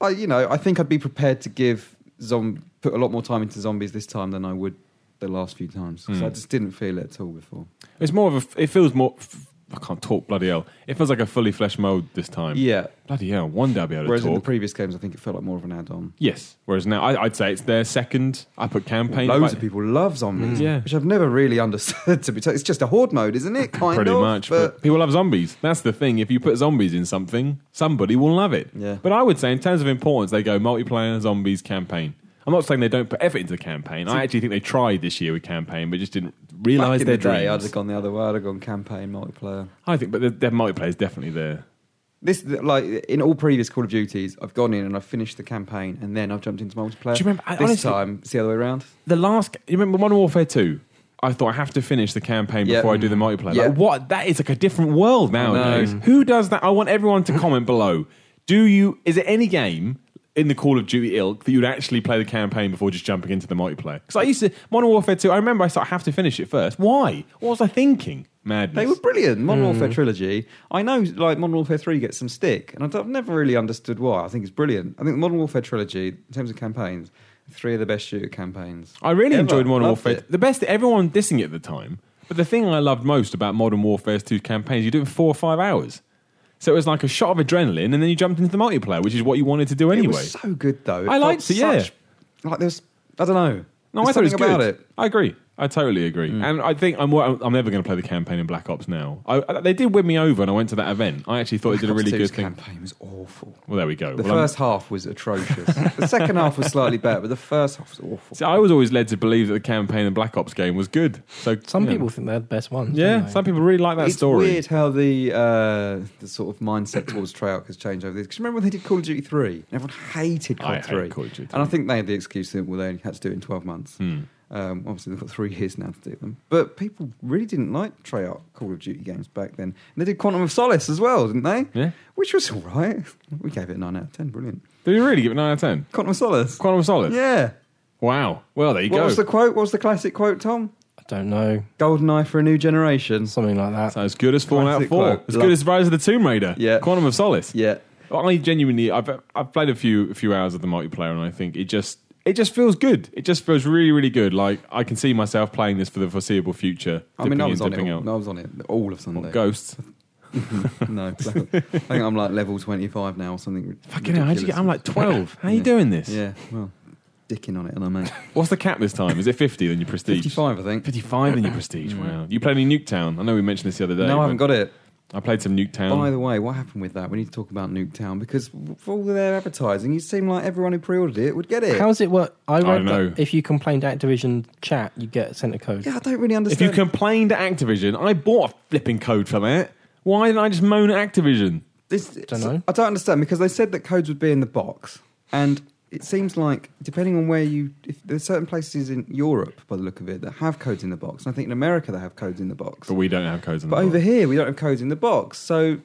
B: I, you know, I think I'd be prepared to give zom- put a lot more time into zombies this time than I would the last few times. 'Cause
A: Mm.
B: I just didn't feel it at all before.
A: It's more of a. It feels more. f- I can't talk bloody hell. It feels like a fully fleshed mode this time.
B: Yeah.
A: Bloody hell. One day I'll be able to
B: Whereas in the
A: talk.
B: previous games, I think it felt like more of an add-on.
A: yes. Whereas now I, I'd say it's their second. I put campaign.
B: Loads
A: but-
B: of people love zombies,
A: Mm. Yeah.
B: which I've never really understood. To be, t- it's just a horde mode, isn't it? Kind
A: Pretty
B: of,
A: much, but, people love zombies. That's the thing. If you put zombies in something, somebody will love it.
B: Yeah.
A: But I would say, in terms of importance, they go multiplayer, zombies, campaign. I'm not saying they don't put effort into the campaign. I actually think they tried this year with campaign, but just didn't
B: back
A: realise
B: in
A: their
B: the day, I'd
A: dreams.
B: have gone the other way. I'd have gone campaign multiplayer.
A: I think, but their, their multiplayer is definitely there.
B: This, like in all previous Call of Duties, I've gone in and I've finished the campaign, and then I've jumped into multiplayer.
A: Do you remember- I-
B: this
A: honestly-
B: time? It's the other way around.
A: The last, you remember Modern Warfare Two? I thought I have to finish the campaign
B: Yeah.
A: before I do the multiplayer.
B: Yeah.
A: Like, what? That is like a different world nowadays. Who does that? I want everyone to comment below. Do you? Is it any game in the Call of Duty ilk that you'd actually play the campaign before just jumping into the multiplayer? Because I used to Modern Warfare Two. I remember I thought I have to finish it first. Why? What was I thinking? Madness.
B: They were brilliant. Modern
A: Hmm.
B: Warfare trilogy. I know, like Modern Warfare three gets some stick, and I don't- I've never really understood why. I think it's brilliant. I think the Modern Warfare trilogy, in terms of campaigns, three of the best shooter campaigns.
A: I really
B: Ever.
A: enjoyed Modern
B: Loved
A: Warfare.
B: it.
A: The best, everyone dissing it at the time. But the thing I loved most about Modern Warfare's two campaigns, you do it in four or five hours. So it was like a shot of adrenaline, and then you jumped into the multiplayer, which is what you wanted to do
B: It
A: anyway.
B: was so good though.
A: I
B: felt
A: liked it, yeah.
B: such- like there's, I don't know.
A: no, I
B: There's
A: thought it was
B: something about
A: good.
B: it. Mm.
A: I agree. I totally agree. And I think I'm, I'm never going to play the campaign in Black Ops now. I, I- they did win me over, and I went to that event. I actually thought it did a
B: Black Ops
A: really
B: 2's
A: good thing.
B: Campaign was awful.
A: Well, there we go.
B: The
A: Well, I'm-
B: first half was atrocious. the second half was slightly better, but the first half was awful.
A: See, I was always led to believe that the campaign in Black Ops game was good. So
C: Some
A: you know.
C: people think they're the best ones. don't
A: yeah,
C: they?
A: some people really like that
B: it's
A: story.
B: weird how the uh, the sort of mindset towards Treyarch has changed over this. Because remember when they did Call of Duty three, everyone hated Call
A: I
B: of
A: hate
B: Three,
A: Call of Duty Hmm.
B: and I think they had the excuse that well they only had to do it in twelve months. Um, obviously, they've got three years now to do them, but people really didn't like Treyarch Call of Duty games back then. And they did Quantum of Solace as well, didn't they?
A: Yeah.
B: which was all right. We gave it a nine out of ten. Brilliant,
A: Did you really give it nine out of ten?
B: Quantum of Solace.
A: Quantum of Solace.
B: yeah.
A: Wow. Well, there you
B: What
A: go.
B: was the quote? What was the classic quote, Tom?
C: I don't know,
B: GoldenEye for a new generation.
C: something like that.
A: So as good as Fallout
B: Classic
A: 4.
B: work.
A: As
B: Love-
A: good as Rise of the Tomb Raider.
B: Yeah.
A: Quantum of Solace.
B: Yeah.
A: I genuinely, I've I've played a few a few hours of the multiplayer, and I think it just it just feels good. It just feels really really good. Like I can see myself playing this for the foreseeable future.
B: I mean, I
A: dipping
B: was
A: in,
B: on it.
A: dipping
B: All,
A: out.
B: I was on it all of Sunday.
A: Ghosts.
B: no, I think I'm like level 25 now or something.
A: Fucking hell, how'd you get? I'm like twelve. How you
B: Yeah.
A: doing this?
B: Yeah, well, dicking on it, and I'm like
A: What's the cap this time? Is it fifty? Then your prestige.
B: 55, I think.
A: 55 in your prestige. Wow. You played any Nuketown? I know we mentioned this the other day.
B: No, I haven't
A: but
B: got it.
A: I played some Nuketown.
B: By the way, what happened with that? We need to talk about Nuketown because for all their advertising, it seemed like everyone who pre-ordered it would get it.
C: How's it work? I read
A: don't know.
C: that if you complained to Activision chat, you get sent a code.
B: yeah, I don't really
A: if you
B: understand.
A: complained at Activision, I bought a flipping code for that. Why didn't I just moan at Activision?
B: This-
C: Dunno.
B: I don't understand because they said that codes would be in the box, and it seems like depending on where you, if there's certain places in Europe, by the look of it, that have codes in the box, and I think in America they have codes in the box.
A: But we don't have codes on
B: But
A: the
B: over
A: box.
B: here, we don't have codes in the box. So,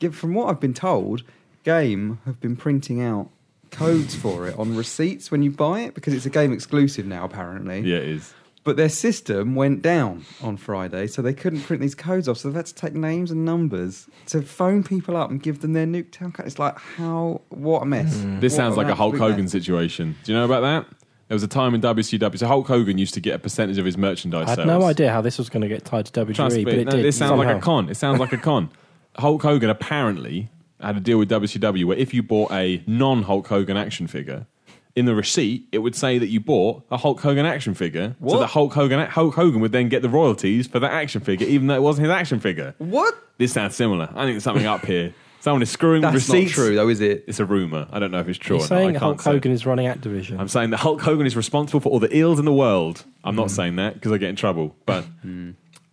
B: give- from what I've been told, Game have been printing out codes for it on receipts when you buy it because it's a game exclusive now, apparently.
A: Yeah, it is.
B: But their system went down on Friday, so they couldn't print these codes off. So they've had to take names and numbers to phone people up and give them their Nuketown code. It's like, how, what a mess.
A: This
B: What
A: sounds like a Hulk
B: absolute
A: Hogan
B: mess.
A: situation. Do you know about that? There was a time in WCW. So Hulk Hogan used to get a percentage of his merchandise
C: I had
A: sales.
C: no idea how this was going to get tied to WWE,
A: Trust me,
C: but it
A: no,
C: did.
A: this sounds like a
C: somehow.
A: con. It sounds like a con. Hulk Hogan apparently had a deal with WCW where if you bought a non Hulk Hogan action figure, in the receipt it would say that you bought a Hulk Hogan action figure. So
B: What?
A: that Hulk Hogan Hulk Hogan would then get the royalties for that action figure, even though it wasn't his action figure.
B: What?
A: This sounds similar. I think there's something up here. Someone is screwing with
B: That's
A: receipts.
B: not true, though, is it?
A: It's a rumor. I don't know if it's true
C: You're
A: or not. I
C: saying
A: can't
C: Hulk
A: say.
C: Hogan is running Activision.
A: I'm saying that Hulk Hogan is responsible for all the ills in the world. I'm not
B: Hmm.
A: saying that because I get in trouble, but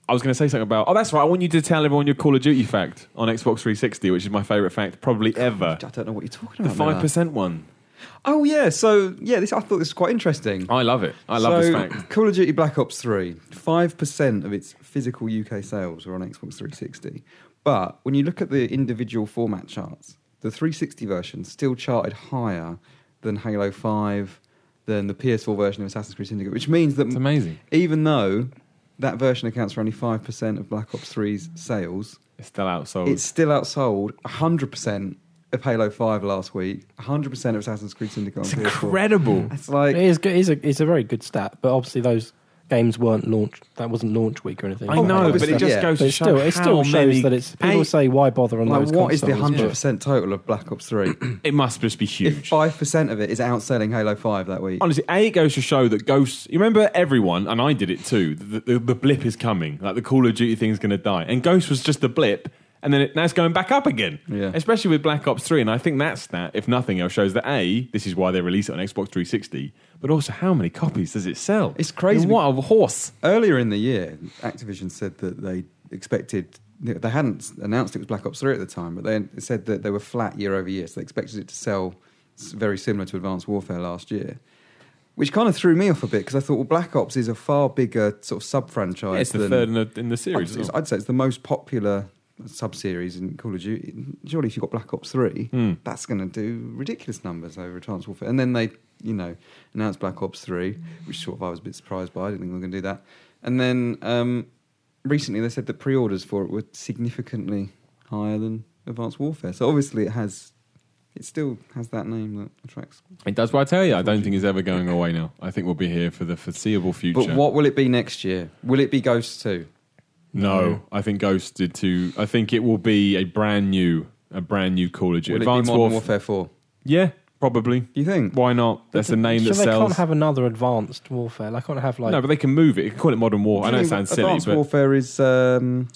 A: I was going to say something about. Oh, that's right. I want you to tell everyone your Call of Duty fact on Xbox 360, which is my favorite fact probably ever.
B: I don't know what you're talking
A: The
B: about.
A: five
B: Miller.
A: percent one.
B: Oh, yeah. So, yeah, this, I thought this was quite interesting.
A: I love it. I love this
B: so,
A: fact.
B: Call of Duty Black Ops 3, 5% of its physical UK sales were on Xbox 360. But when you look at the individual format charts, the 360 version still charted higher than Halo 5, than the PS4 version of Assassin's Creed Syndicate, which means that
A: It's amazing.
B: even though that version accounts for only 5% of Black Ops 3's sales,
A: It's still outsold.
B: it's still outsold 100% of Halo 5 last week, 100% of Assassin's Creed Syndicate on
A: It's
B: PS4.
A: incredible.
B: It's like
C: it is good. It's a, it's a very good stat, but obviously those games weren't launched. That wasn't launch week or anything.
A: I know, but it
B: obviously,
A: just
B: yeah.
A: goes
C: But
A: to
C: it
A: show
C: still, it still
A: how many-
C: shows that it's people
A: Hey,
C: say why bother on
B: Like,
C: those
B: what is the
C: consoles, but-
B: hundred percent total of Black Ops Three?
A: It must just be huge.
B: if five percent of it is outselling Halo Five that week,
A: Honestly, A, it goes to show that Ghosts. You remember everyone, and I did it too, the, the, the blip is coming. Like the Call of Duty thing's going to die. And Ghost was just a blip, and then it, now it's going back up again.
B: Yeah.
A: Especially with Black Ops 3. And I think that's that, if nothing else, shows that A, this is why they release it on Xbox 360, but also how many copies does it sell?
B: It's crazy.
A: And what a horse.
B: earlier in the year, Activision said that they expected they hadn't announced it was Black Ops Three at the time, but they said that they were flat year over year, so they expected it to sell s- very similar to Advanced Warfare last year. Which kind of threw me off a bit because I thought, well, Black Ops is a far bigger sort of sub franchise.
A: it's the
B: than,
A: third in the, in the series.
B: I'd,
A: isn't it?
B: I'd say it's the most popular sub series in Call of Duty. Surely, if you've got Black Ops 3,
A: Hmm.
B: that's going to do ridiculous numbers over Advanced Warfare. And then they, you know, announced Black Ops 3, which sort of I was a bit surprised by. I didn't think they were going to do that. And then um, recently they said that pre orders for it were significantly higher than Advanced Warfare. So obviously, it has. It still has that name that attracts.
A: It does what I tell you. I don't think it's ever going away now. I think we'll be here for the foreseeable future.
B: But what will it be next year? Will it be Ghosts 2?
A: No, I think Ghost did too. I think it will be a brand new, a brand new Call of Duty.
B: Will
A: Advanced
B: it be Modern
A: Warf-
B: Warfare 4?
A: Yeah, probably.
B: Do you think?
A: Why not? That's a name
C: so
A: that
C: they can't
A: sells.
C: have another advanced warfare. They can't have like
A: no, but they can move it. You can Call it Modern War. I know it sounds silly,
B: Advanced
A: but
B: Warfare is. Um,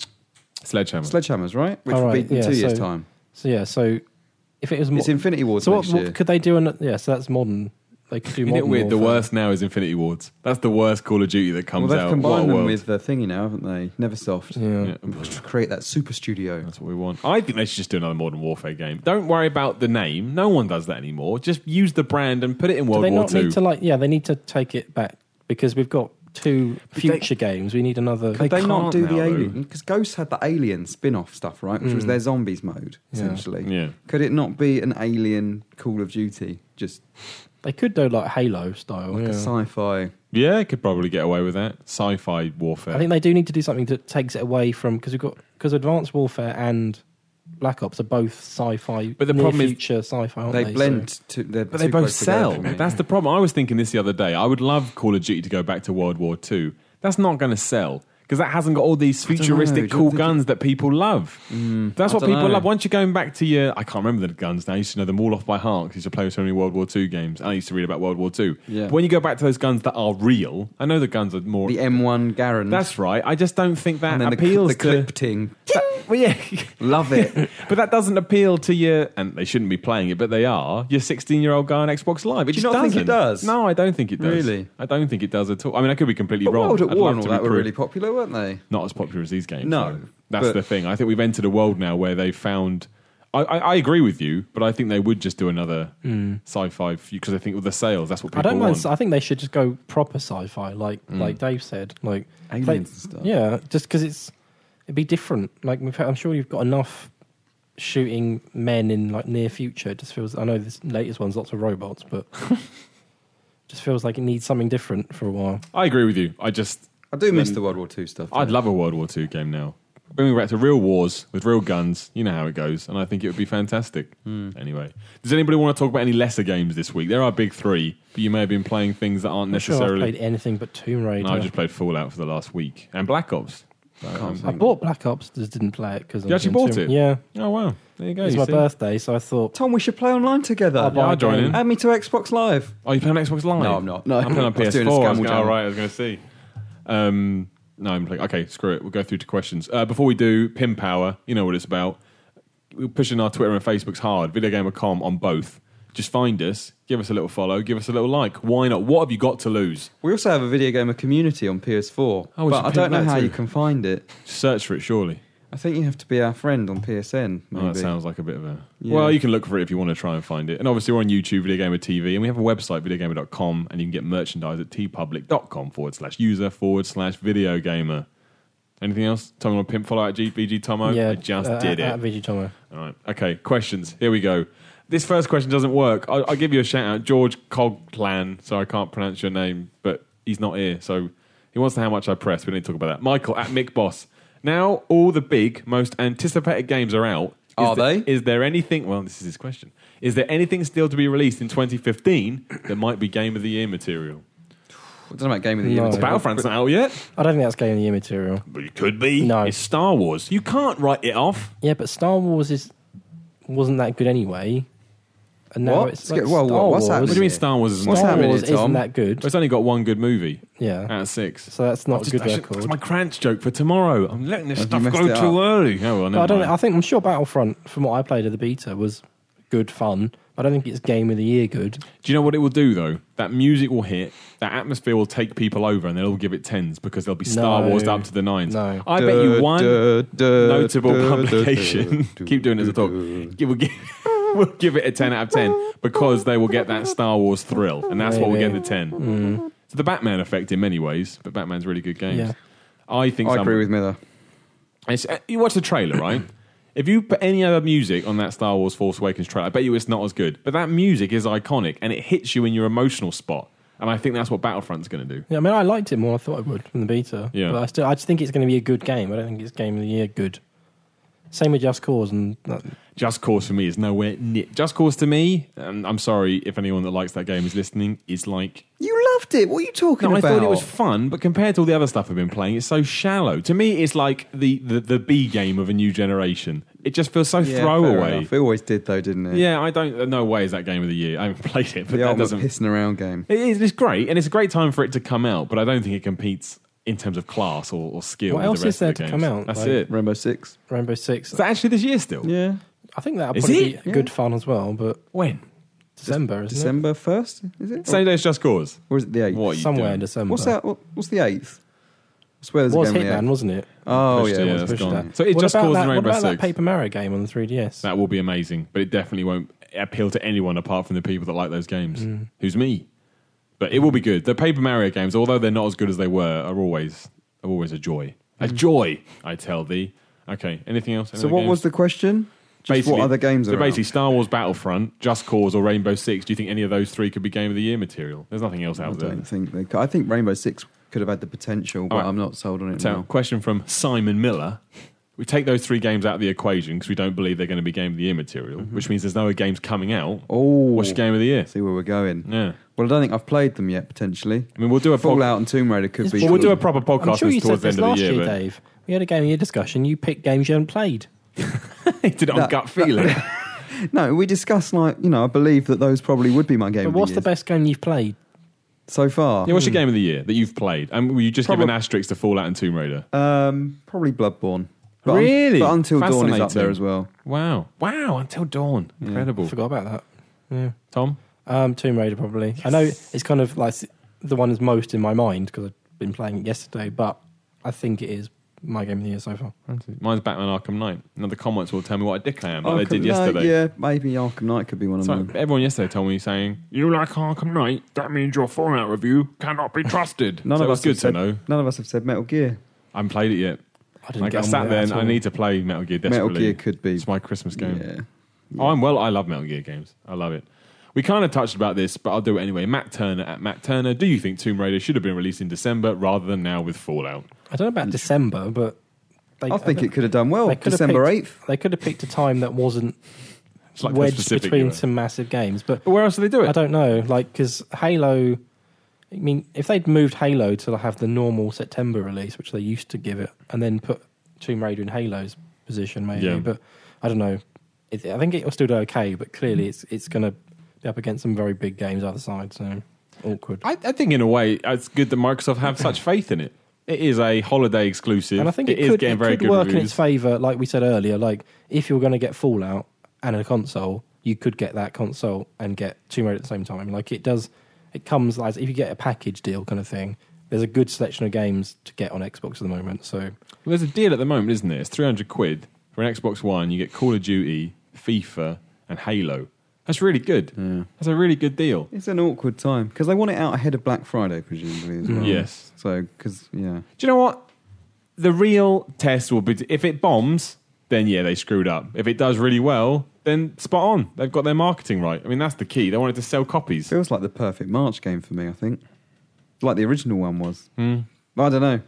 A: Sledgehammer.
B: Sledgehammers, right? Which
C: All
B: will be
C: right,
B: in
C: yeah,
B: two years'
C: so-
B: time.
C: so yeah. So if it was more,
B: It's Infinity Wars
C: so what,
B: next year.
C: what could they do? An, yeah, so that's modern. They could do
A: Isn't it
C: modern.
A: weird? The
C: warfare.
A: worst now is Infinity Wards. That's the worst Call of Duty that
B: Well,
A: comes
B: they've
A: out. What a
B: combined them
A: world.
B: with
C: uh,
B: the thingy now, haven't they? Neversoft.
C: Yeah.
A: Yeah.
B: To create that super studio.
A: That's what we want. I think they should just do another Modern Warfare game. Don't worry about the name. No one does that anymore. Just use the brand and put it in
C: Do
A: World
C: they
A: War
C: not
A: II.
C: need to like? Yeah, they need to take it back because we've got two future games. We need another.
B: Could they
A: can't
B: not do the
A: now,
B: Alien? Because Ghosts had the Alien spin off stuff, right? Which was their zombies mode,
C: Mm. Yeah.
B: essentially.
A: Yeah.
B: Could it not be an Alien Call of Duty? Just
C: They could do like Halo style.
B: like
C: yeah.
B: a sci-fi.
A: Yeah, could probably get away with that. Sci-fi warfare.
C: I think they do need to do something that takes it away from because we've got because Advanced Warfare and Black Ops are both sci-fi,
A: But the
C: near
A: problem is
C: future sci-fi. Aren't
B: They
C: they,
B: blend to. They're
A: But they
B: too
A: both
B: close together
A: sell.
B: for me.
A: That's the problem. I was thinking this the other day. I would love Call of Duty to go back to World War II. That's not going to sell because that hasn't got all these
B: know.
A: futuristic
B: Do you
A: cool
B: think it-
A: guns that people love. That's
B: I
A: what
B: don't
A: people
B: know.
A: love. Once you're going back to your, I can't remember the guns now. I used to know them all off by heart 'cause I used to play so many World War II games. I used to read about World War II.
B: Yeah.
A: But when you go back to those guns that are real, I know the guns are more.
B: the M1 Garand.
A: that's right. I just don't think that
B: and then the, cl-
A: appeals
B: the clip
A: to.
B: ting.
A: that- well, yeah.
B: Love it.
A: But that doesn't appeal to your, and they shouldn't be playing it, but they are your 16 year old guy on Xbox Live. It
B: Do you
A: just
B: not think
A: doesn't.
B: it does?
A: No, I don't think it does.
B: Really?
A: I don't think it does at all. I mean, I could be completely
B: But
A: wrong.
B: World at
A: I'd
B: War
A: love
B: and all
A: to
B: that were
A: recruit-
B: really popular, weren't they?
A: not as popular as these games.
B: No,
A: though. that's
B: but-
A: the thing. I think we've entered a world now where they've found. I, I, I agree with you, but I think they would just do another
B: Hmm.
A: sci-fi because I think with the sales, that's what people
C: I don't mind.
A: want.
C: I think they should just go proper sci-fi, like
A: Mm.
C: like Dave said, like
B: Aliens
C: play-
B: and stuff.
C: Yeah, just because it's it'd be different. Like we've, had- I'm sure you've got enough shooting men in like near future. It just feels. I know this latest one's lots of robots, but just feels like it needs something different for a while.
A: I agree with you. I just
B: I do miss the World War II stuff.
A: I'd
B: though.
A: love a World War II game now. Bring me back to real wars with real guns. You know how it goes, and I think it would be fantastic.
C: Hmm.
A: Anyway, does anybody want to talk about any lesser games this week? There are big three, but you may have been playing things that aren't
C: I'm not sure I've
A: necessarily.
C: played anything but Tomb Raider.
A: no, I just played Fallout for the last week and Black Ops. So, um,
C: I bought Black Ops, just didn't play it because
A: You actually bought it?
C: Yeah,
A: oh wow, there you go.
C: it's
A: you
C: my
A: see.
C: birthday, so I thought
B: Tom, we should play online together.
C: I'll buy
A: I'll
C: a
A: join
C: game.
A: in.
B: Add me to Xbox Live.
A: Oh, you playing on Xbox Live?
B: No, I'm not. No,
A: I'm playing on
B: I was doing a
A: PS4. I was
B: Scramble
A: going,
B: Jam.
A: all right, I was going to see. Um, no, I'm playing. Okay, screw it. We'll go through to questions. Uh, before we do, Pin Power, you know what it's about. We're pushing our Twitter and Facebooks hard, videogamer.com on both. Just find us, give us a little follow, give us a little like. Why not? What have you got to lose?
B: We also have a video gamer community on PS4,
A: Oh, we should
B: but I don't
A: ping
B: know
A: that
B: how
A: too.
B: you can find it.
A: Search for it, surely.
B: I think you have to be our friend on PSN. Maybe.
A: Oh, that sounds like a bit of a.
B: Yeah.
A: Well, you can look for it if you want to try and find it. And obviously, we're on YouTube, Video Gamer TV, and we have a website, videogamer.com, and you can get merchandise at tpublic.com forward slash user forward slash video gamer. Anything else? Tommy want to pimp follow at GVG Tomo?
C: yeah,
A: I just
C: uh,
A: did
C: at- at
A: it.
C: Vigi Tomo.
A: All right. Okay, questions. Here we go. This first question doesn't work. I'll, I'll give you a shout out. George Coglan. Sorry, I can't pronounce your name, but he's not here. So he wants to know how much I press. We don't need to talk about that. Michael at Mick Boss. Now all the big, most anticipated games are out. Is
B: Are
A: there-
B: they?
A: Is there anything? Well, this is his question. Is there anything still to be released in 2015 that might be Game of the Year material?
B: It doesn't make game of the year.
C: No.
B: it's about-
A: Battlefront's not out yet,
C: I don't think that's game of the year material.
A: but it could be.
C: No.
A: It's Star Wars. You can't write it off.
C: Yeah, but Star Wars is wasn't that good anyway, and now
B: What?
C: it's
B: Let's
C: like
B: get- whoa, whoa, what's
C: Star Wars.
A: What do
B: happening?
A: you mean Star Wars isn't
B: What's
A: out?
C: Star
B: happening
C: Wars
B: here, Tom?
C: isn't that good.
A: It's only got one good movie.
C: Yeah,
A: out of six.
C: so that's not a good
A: I should- That's
C: record.
A: my Crunch joke for tomorrow. I'm letting this
B: Have you
A: stuff
B: messed
A: go
B: it up?
A: too early. Oh, well,
C: But
A: never
C: I don't.
A: mind.
C: know, I think I'm sure Battlefront, from what I played of the beta, was good fun. But I don't think it's game of the year good.
A: Do you know what it will do though? That music will hit. That atmosphere will take people over, and they'll all give it tens because they'll be Star
C: No.
A: Wars up to the nines.
C: No.
A: I bet you
B: Duh,
A: one
B: duh, duh,
A: notable
B: duh, duh,
A: publication.
B: duh,
A: keep doing it as a
B: duh,
A: talk. It will give, will give it a ten out of ten because they will get that Star Wars thrill, and that's what will get
C: Maybe.
A: the ten. It's the Batman effect in many ways, but Batman's really good games.
C: Mm. Yeah.
A: I think
B: I
A: some-
B: agree with Miller.
A: It's, uh, you watch the trailer, right? if you put any other music on that Star Wars Force Awakens trailer, I bet you it's not as good. But that music is iconic and it hits you in your emotional spot. And I think that's what Battlefront's going to do.
C: Yeah, I mean, I liked it more. than I thought I would from the beta.
A: Yeah.
C: but I still, I just think it's going to be a good game. I don't think it's game of the year good. Same with Just Cause, and that,
A: Just Cause for me is nowhere near. Just Cause to me, and I'm sorry if anyone that likes that game is listening, is like.
B: You loved it. What are you talking
A: No, I
B: about?
A: thought it was fun, but compared to all the other stuff I've been playing, it's so shallow. To me, it's like the, the, the B game of a new generation. It just feels so
B: Yeah, fair
A: throwaway.
B: enough. It always did, though, didn't it?
A: Yeah, I don't. No way is that game of the year. I haven't played it, but
B: The
A: that
B: ultimate
A: doesn't.
B: pissing around game.
A: It is, it's great, and it's a great time for it to come out, but I don't think it competes in terms of class or, or skill.
C: What
A: with
C: else
A: the rest
C: is there
A: of the
C: to
A: games.
C: come out?
A: That's
C: Like-
A: it.
B: Rainbow Six.
C: Rainbow Six.
A: Is that actually this year still?
B: Yeah.
C: I think that'll
A: Is
C: probably
A: it?
C: be good fun as well. But
A: When?
C: December, isn't it?
B: December 1st, is it?
A: Same day as Just Cause.
B: Or is it the 8th?
A: What? are you
C: Somewhere
A: doing?
C: in December.
B: What's that? What, what's the 8th? I swear
C: It
B: there's
C: was
B: a game on
C: Hitman,
B: the 8th.
C: wasn't it?
B: Oh,
A: Pushed it,
B: yeah. it
A: yeah,
B: was
A: that's
B: pushed
A: gone.
B: out.
A: So it
C: What
A: Just
C: about
A: Cause
C: that,
A: and
C: what
A: Rainbow
C: about that
A: Six.
C: Paper Mario game on the 3DS?
A: That will be amazing, but it definitely won't appeal to anyone apart from the people that like those games.
C: Mm.
A: Who's me? But it will be good. The Paper Mario games, although they're not as good as they were, are always are
C: Mm.
A: always a joy. A joy, I tell thee. Okay. Anything else?
B: So what was the question? what other games
A: so
B: are
A: basically
B: out?
A: Star Wars Battlefront, Just Cause, or Rainbow Six. Do you think any of those three could be Game of the Year material? There's nothing else
B: I
A: out there.
B: don't think they. Could. I think Rainbow Six could have had the potential, but
A: All right.
B: I'm not sold on it
A: So,
B: now.
A: question from Simon Miller. We take those three games out of the equation because we don't believe they're going to be Game of the Year material, which means there's no games coming out.
B: Mm-hmm. Oh,
A: What's your Game of the Year?
B: see where we're going.
A: Yeah.
B: Well, I don't think I've played them yet. Potentially,
A: I mean, we'll do a pod-
B: Fallout and Tomb Raider could
C: It's
B: be.
A: Well, we'll do a
B: good.
A: proper
C: I'm
A: podcast
C: sure you
A: this
C: said
A: towards the
C: this
A: end of
C: last
A: the year.
C: year,
A: but
C: Dave. We had a game of year discussion. You picked games you haven't played.
A: he did it on
B: No,
A: gut feeling.
B: No, we discussed like you know. I believe that those probably would be my game.
C: But
B: of the
C: what's the
B: years
C: best game you've played?
B: so far?
A: yeah, what's your game of the year that you've played? And will you just give
B: Probab-
A: an asterisk to Fallout and Tomb Raider?
B: Um, probably Bloodborne. But un-
A: Really?
B: but Until Dawn is up
A: Fascinating.
B: there as well.
A: Wow. Wow, Until Dawn. Incredible.
C: Forgot about that. Yeah.
A: Tom?
C: Um, Tomb Raider, probably. I know it's kind of like the one that's most in my mind because I've been playing it yesterday, but I think it is my game of the year so far.
A: Mine's Batman Arkham Knight. Now the comments will tell me what a dick I am, like
B: Arkham-
A: they did
B: no,
A: yesterday.
B: yeah, maybe Arkham Knight could be one of
A: So
B: them.
A: everyone yesterday told me saying, "You like Arkham Knight? That means your Fallout review cannot be trusted."
B: None
A: So
B: of
A: it was
B: us
A: good
B: have
A: to
B: said,
A: know.
B: None of us have said Metal Gear.
A: I haven't played it yet.
C: I didn't
A: Like, I
C: get on
A: sat
C: with
A: there
C: it
A: and
C: at
A: I
C: all.
A: need to play Metal Gear desperately.
B: Metal Gear could be.
A: It's my Christmas game.
B: Yeah.
A: Oh, I'm well. I love Metal Gear games. I love it. We kind of touched about this, but I'll do it anyway. Matt Turner at Matt Turner. Do you think Tomb Raider should have been released in December rather than now with Fallout?
C: I don't know about December, but they,
B: I think
C: don't-
B: it could have done well.
C: they could have
B: December
C: picked-
B: 8th.
C: They could have picked a time that wasn't
A: It's like the
C: wedged
A: specific
C: between
A: era.
C: some massive games, but
A: But where else do they do
C: I
A: it?
C: don't know, like because Halo. I mean, if they'd moved Halo to have the normal September release, which they used to give it, and then put Tomb Raider in Halo's position, maybe.
A: Yeah.
C: But I don't know. It, I think it will still do okay, but clearly it's it's going to be up against some very big games either side, so awkward.
A: I, I think in a way it's good that Microsoft have such faith in it. It is a holiday exclusive.
C: and I think it,
A: it is
C: could,
A: getting
C: it
A: very
C: could
A: good
C: work in
A: reviews.
C: its favour, like we said earlier. Like if you're going to get Fallout and a console, you could get that console and get Tomb Raider at the same time. Like it does, it comes as if you get a package deal kind of thing. There's a good selection of games to get on Xbox at the moment, so
A: Well, there's a deal at the moment, isn't there? It's 300 quid for an Xbox One. You get Call of Duty, FIFA, and Halo. That's really good. That's a really good deal.
B: It's an awkward time because they want it out ahead of Black Friday, presumably as well.
A: Yes.
B: So, because yeah,
A: Do you know what? The real test will be if it bombs, then yeah, they screwed up. If it does really well, then spot on. They've got their marketing right. I mean, that's the key. They wanted to sell copies.
B: feels like the perfect March game for me. I think, like the original one was.
A: Hmm.
B: I don't know.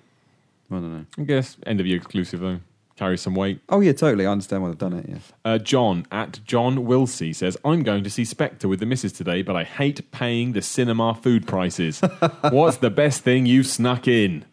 B: I don't know.
A: I guess end of year exclusive though carries some weight.
B: Oh yeah, totally. I understand why they've done it. Yeah.
A: Uh, John at John Wilsey says, I'm going to see Spectre with the missus today, but I hate paying the cinema food prices. What's the best thing you've snuck in?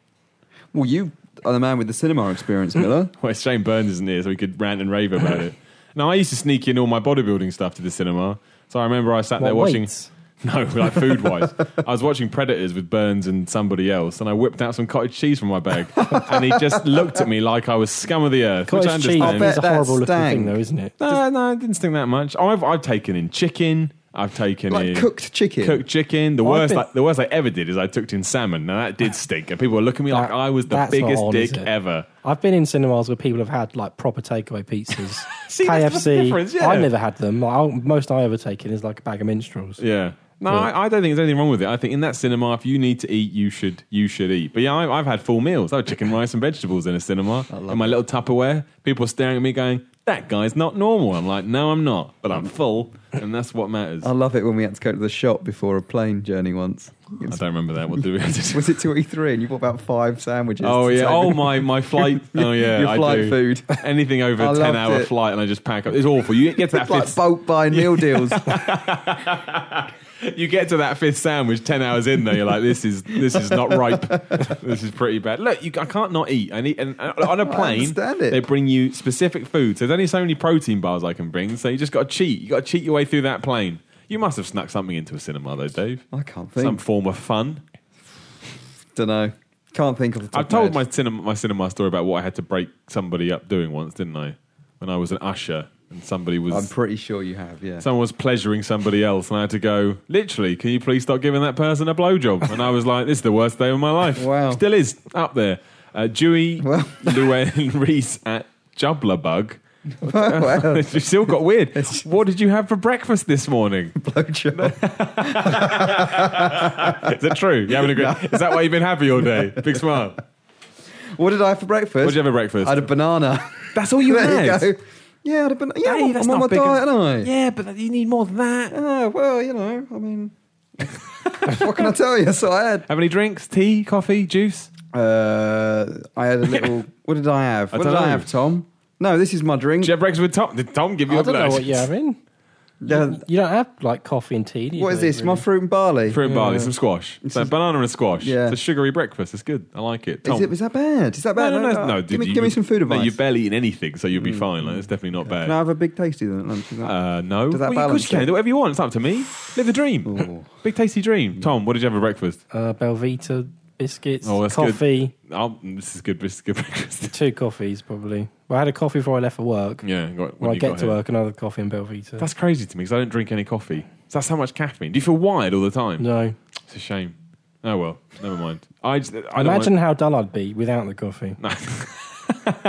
B: Well, you are the man with the cinema experience, Miller.
A: Well, it's Shane Burns isn't here, so we could rant and rave about it. Now, I used to sneak in all my bodybuilding stuff to the cinema. So I remember I sat there
C: What,
A: watching.
C: weights?
A: No, like food wise. I was watching Predators with Burns and somebody else, and I whipped out some cottage cheese from my bag. and he just looked at me like I was scum of the earth. which I
C: cottage cheese
A: understand.
B: bet
C: is a
B: that
C: horrible looking
B: stank.
C: thing, though, isn't it?
A: No, no, I didn't think that much. I've I've taken in chicken. I've taken
B: Like
A: in
B: cooked chicken?
A: Cooked chicken. The
C: I've
A: worst,
C: been-
A: like, the worst I ever did is I took in salmon. Now that did stink, and people were looking at me like
C: That-
A: I was the
C: that's not
A: biggest
C: on, is
A: dick
C: it?
A: ever.
C: I've been in cinemas where people have had like proper takeaway pizzas,
A: See, that's the
C: KFC.
A: difference, yeah.
C: I've never had them. Like, I'll- most I ever taken is like a bag of minstrels.
A: Yeah. No, I, I don't think there's anything wrong with it. I think in that cinema, if you need to eat, you should you should eat. But yeah, I, I've had full meals. I had chicken, rice, and vegetables in a cinema. In my little Tupperware, people were staring at me going, "That guy's not normal." I'm like, "No, I'm not," but I'm full, and that's what matters.
B: I love it when we had to go to the shop before a plane journey once.
A: I don't remember that. What do we?
B: Was it to E3 and you bought about five sandwiches?
A: Oh
B: to
A: yeah.
B: take
A: Oh
B: with-
A: my my flight. Oh yeah.
B: Your
A: I
B: flight
A: do.
B: food.
A: Anything over
B: I
A: a ten
B: loved
A: hour
B: it.
A: flight, and I just pack up. It's awful. You get to that
B: It's like
A: fifth.
B: bulk buying meal deals.
A: You get to that fifth sandwich ten hours in, though. You're like, this is this is not ripe. this is pretty bad. Look, you, I can't not eat. I need and and on a plane.
B: understand it.
A: They bring you specific food. So there's only so many protein bars I can bring. So you just got to cheat. You got to cheat your way through that plane. You must have snuck something into a cinema though, Dave.
B: I can't think.
A: Some form of fun.
B: Don't know. Can't think of the top
A: I've
B: of
A: told
B: my
A: my cinema my cinema story about what I had to break somebody up doing once, didn't I? When I was an usher and somebody was
B: head. I'm pretty sure you have, yeah.
A: someone was pleasuring somebody else, and I had to go. Literally, can you please stop giving that person a blowjob? And I was like, this is the worst day of my life.
B: Wow.
A: still is up there. Uh, Dewey,
B: Well.
A: Llewellyn Reese at Jubbler Bug.
B: well,
A: It still got weird. What did you have for breakfast this morning?
B: blowjob.
A: Is that true? You haven't agreed. Is that why you've been happy all day? Big smile.
B: what did I have for breakfast?
A: What did you have for breakfast?
B: I had a banana.
A: That's all you
B: there
A: had.
B: you go. Yeah, I'd have been. Yeah,
A: Hey,
B: I'm,
A: that's
B: I'm on my
A: not big
B: diet, aren't I?
A: Yeah, but you need more than that.
B: Ah, well, you know, I mean, what can I tell you? So I had,
A: Have any drinks? Tea, coffee, juice?
B: uh, I had a little. what did I have?
A: I
B: What did
A: dunno.
B: I have, Tom? No, this is my drink.
A: Did you have breakfast with Tom? Did Tom give you
C: I
A: a
C: don't know
A: blurb?
C: what you're having.
B: Yeah,
C: You don't have like coffee and tea. Do you
B: what is
C: really?
B: this? My fruit and barley.
A: Fruit and barley,
C: Yeah.
A: some squash. So banana and a squash.
B: Yeah.
A: It's a sugary breakfast. It's good. I like it.
B: Is,
A: Tom.
B: it, is that bad? Is that bad? Uh,
A: no, no, no. no
B: give,
A: dude,
B: me,
A: you-
B: give me some food advice. Mm.
A: No, you're barely eating anything, so you'll be fine. Like, it's definitely not
B: Can I
A: bad.
B: have a big tasty then at lunch? Is that-
A: Uh, no.
B: Does that
A: well, of course
B: balance
A: you can.
B: it?
A: Do whatever you want. It's up to me. Live the dream.
B: Ooh. Mm.
A: Big tasty dream. Tom, what did you have for breakfast?
C: Uh, Belvita biscuits,
A: Oh, that's good.
C: coffee,
A: Oh, this is good. This is good breakfast.
C: two coffees probably. Well, I had a coffee before I left for work.
A: yeah. Got,
C: When I
A: you
C: get
A: got
C: to
A: here.
C: work, another coffee and Belvita.
A: That's crazy to me because I don't drink any coffee. So that's how much caffeine. Do you feel wired all the time?
C: no.
A: It's a shame. Oh well, never mind. I just, I don't
C: Imagine how dull I'd be without the coffee.
A: Want,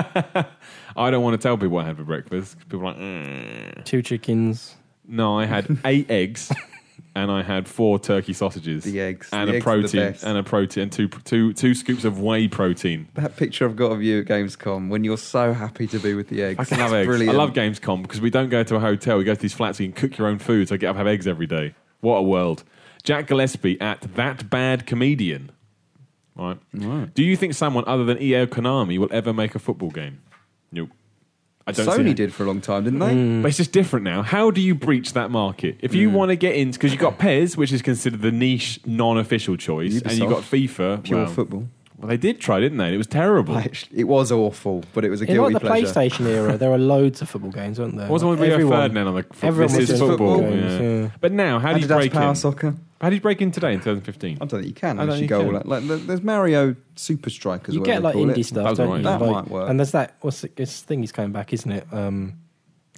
A: I don't want to tell people what I had for breakfast. 'cause People are like, "Mm."
C: Two chickens.
A: no, I had eight eggs, and I had four turkey sausages,
B: The eggs.
A: and
B: The
A: a
B: eggs are the
A: protein,
B: best.
A: and a protein, and two two two scoops of whey protein.
B: that picture I've got of you at Gamescom when you're so happy to be with the eggs.
A: I can
B: That's
A: love eggs.
B: Brilliant.
A: I love Gamescom because we don't go to a hotel. We go to these flats. You can cook your own food. So I get up and have eggs every day. What a world. Jack Gillespie at That Bad Comedian. All right.
B: Right.
A: Do you think someone other than EA or Konami will ever make a football game? Nope. I don't see Mm,
B: Sony
A: it.
B: did for a long time, didn't they?
A: But it's just different now. How do you breach that market? If
B: Mm.
A: you want to get in, because you've got PES, which is considered the niche, non official choice, and you've got FIFA.
B: Pure
A: well,
B: football.
A: Well, they did try, didn't they? And it was terrible.
B: I actually- it was awful, but it was a
C: In
B: guilty
C: like the
B: pleasure.
C: PlayStation era, there were loads of football games, weren't there?
A: What was the one
C: Like,
A: with Rio
C: everyone-
A: Ferdinand on the f-
C: everyone
A: This
C: was
A: is
B: doing
A: football.
B: football
C: games,
A: yeah.
C: yeah.
A: But now, how do you
B: Adidas
A: break
B: Power
A: in?
B: Soccer.
A: How do you break in today in 2015?
B: I don't think you can
A: I don't
B: unless you
A: think
B: go
A: you
B: all
A: can.
B: out. Like, there- there's Mario Super Strikers.
C: You get like indie stuff,
A: That was
C: don't
A: right.
C: you?
B: That
C: Like-
B: might work.
C: And there's that what's it, this thing is coming back, isn't it? Um,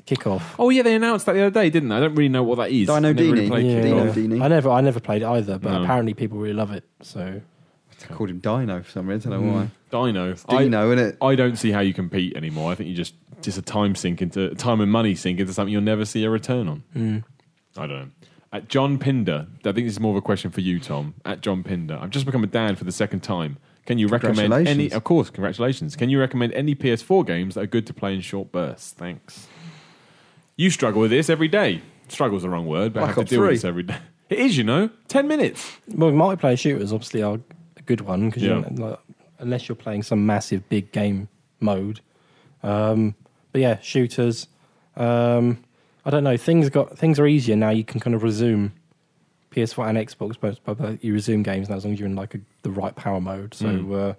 C: kickoff.
A: Oh yeah, they announced that the other day, didn't they? I don't really know what that is.
B: Dino
A: I never really
B: Dini.
A: played
B: Yeah.
A: Kickoff.
B: Dino Dini.
C: I never, I never played it either, but
A: No.
C: apparently people really love it. So
B: I called him Dino for some reason. I don't know why.
A: Mm. Dino.
B: It's Dino, innit?
A: I, I don't see how you compete anymore. I think you just just a time sink into time and money sink into something you'll never see a return on. I don't know. At John Pinder, I think this is more of a question for you, Tom. At John Pinder, I've just become a dad for the second time. Can you recommend any?
B: Congratulations.
A: Of course, congratulations. Can you recommend any PS4 games that are good to play in short bursts? Thanks. You struggle with this every day. Struggle's the wrong word, but I
B: Black
A: have to
B: Ops
A: deal with
B: 3.
A: this every day. It is, you know, ten minutes.
C: Well, multiplayer shooters obviously are a good one because
A: Yeah.
C: you don't, like, unless you're playing some massive big game mode. Um, but yeah, shooters. Um, I don't know. Things got things are easier now. You can kind of resume PS4 and Xbox, but, but- but you resume games now as long as you're in like a, the right power mode. So uh, you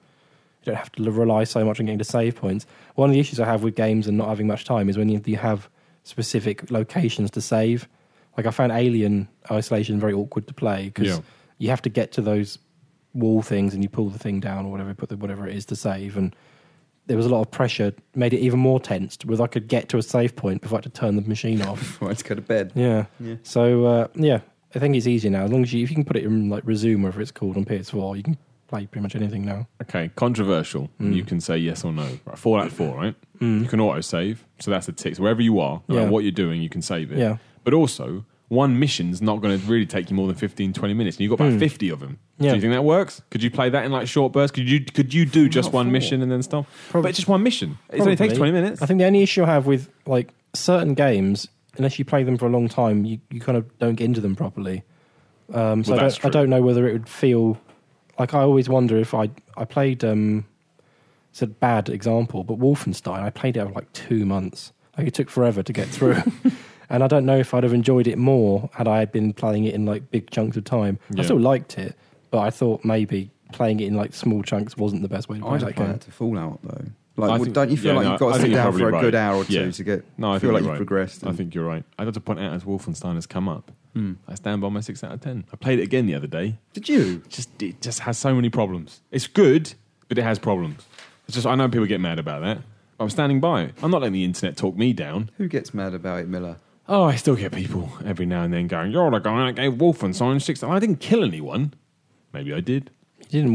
C: don't have to rely so much on getting to save points. One of the issues I have with games and not having much time is when you, you have specific locations to save. Like I found Alien Isolation very awkward to play because
A: Yeah.
C: you have to get to those wall things and you pull the thing down or whatever, put the, whatever it is to save. And there was a lot of pressure, made it even more tense. Whether I could get to a save point before I had to turn the machine off.
B: Right, to go to bed.
C: Yeah.
B: Yeah.
C: So uh, yeah, I think it's easier now. As long as you, if you can put it in like resume, whatever it's called on PS4, you can play pretty much anything now.
A: Okay, controversial.
C: Mm.
A: You can say yes or no. Right, four out of four, right? You can auto save, so that's a tick. So wherever you are, no
C: Yeah.
A: matter what you're doing, you can save it.
C: Yeah.
A: But also, one mission's not going to really take you more than 15, 20 minutes, and you've got about 50 of them.
C: Mm. Yeah.
A: Do you think that works? Could you play that in like short bursts? Could you could you do just
B: Not
A: one
B: four.
A: mission and then stop?
C: Prob-
A: but just one mission. It only takes
C: Probably.
A: 20 minutes.
C: I think the only issue I have with like certain games, unless you play them for a long time, you, you kind of don't get into them properly. Um, so
A: Well,
C: I,
A: that's
C: don't, I
A: true.
C: don't know whether it would feel like I always wonder if I I played um, it's a bad example, but Wolfenstein I played it over like two months. Like it took forever to get through. And I don't know if I'd have enjoyed it more had I been playing it in like big chunks of time.
A: Yeah.
C: I still liked it, but I thought maybe playing it in like small chunks wasn't the best way to play
B: I'd
C: that
B: apply
C: game.
B: that to Fallout though.
A: I
B: Like, well,
A: think-
B: don't you feel
A: yeah,
B: like
A: no,
B: you've got
A: I
B: to
A: think
B: sit
A: you're
B: down for a
A: probably right.
B: good hour or two
A: Yeah.
B: to get
A: no, I
B: feel
A: think you're
B: like you've
A: right.
B: progressed?
A: I
B: and- Hmm.
A: think you're right. I have to point out as Wolfenstein has come up. I stand by my six out of ten. I played it again the other day.
B: Did you?
A: just it just has so many problems. It's good, but it has problems. It's just I know people get mad about that. I'm standing by it. I'm not letting the internet talk me down.
B: Who gets mad about it, Miller?
A: Oh, I still get people every now and then going, "You're the guy that gave Wolfenstein six. I didn't kill anyone. Maybe I did.
C: You did in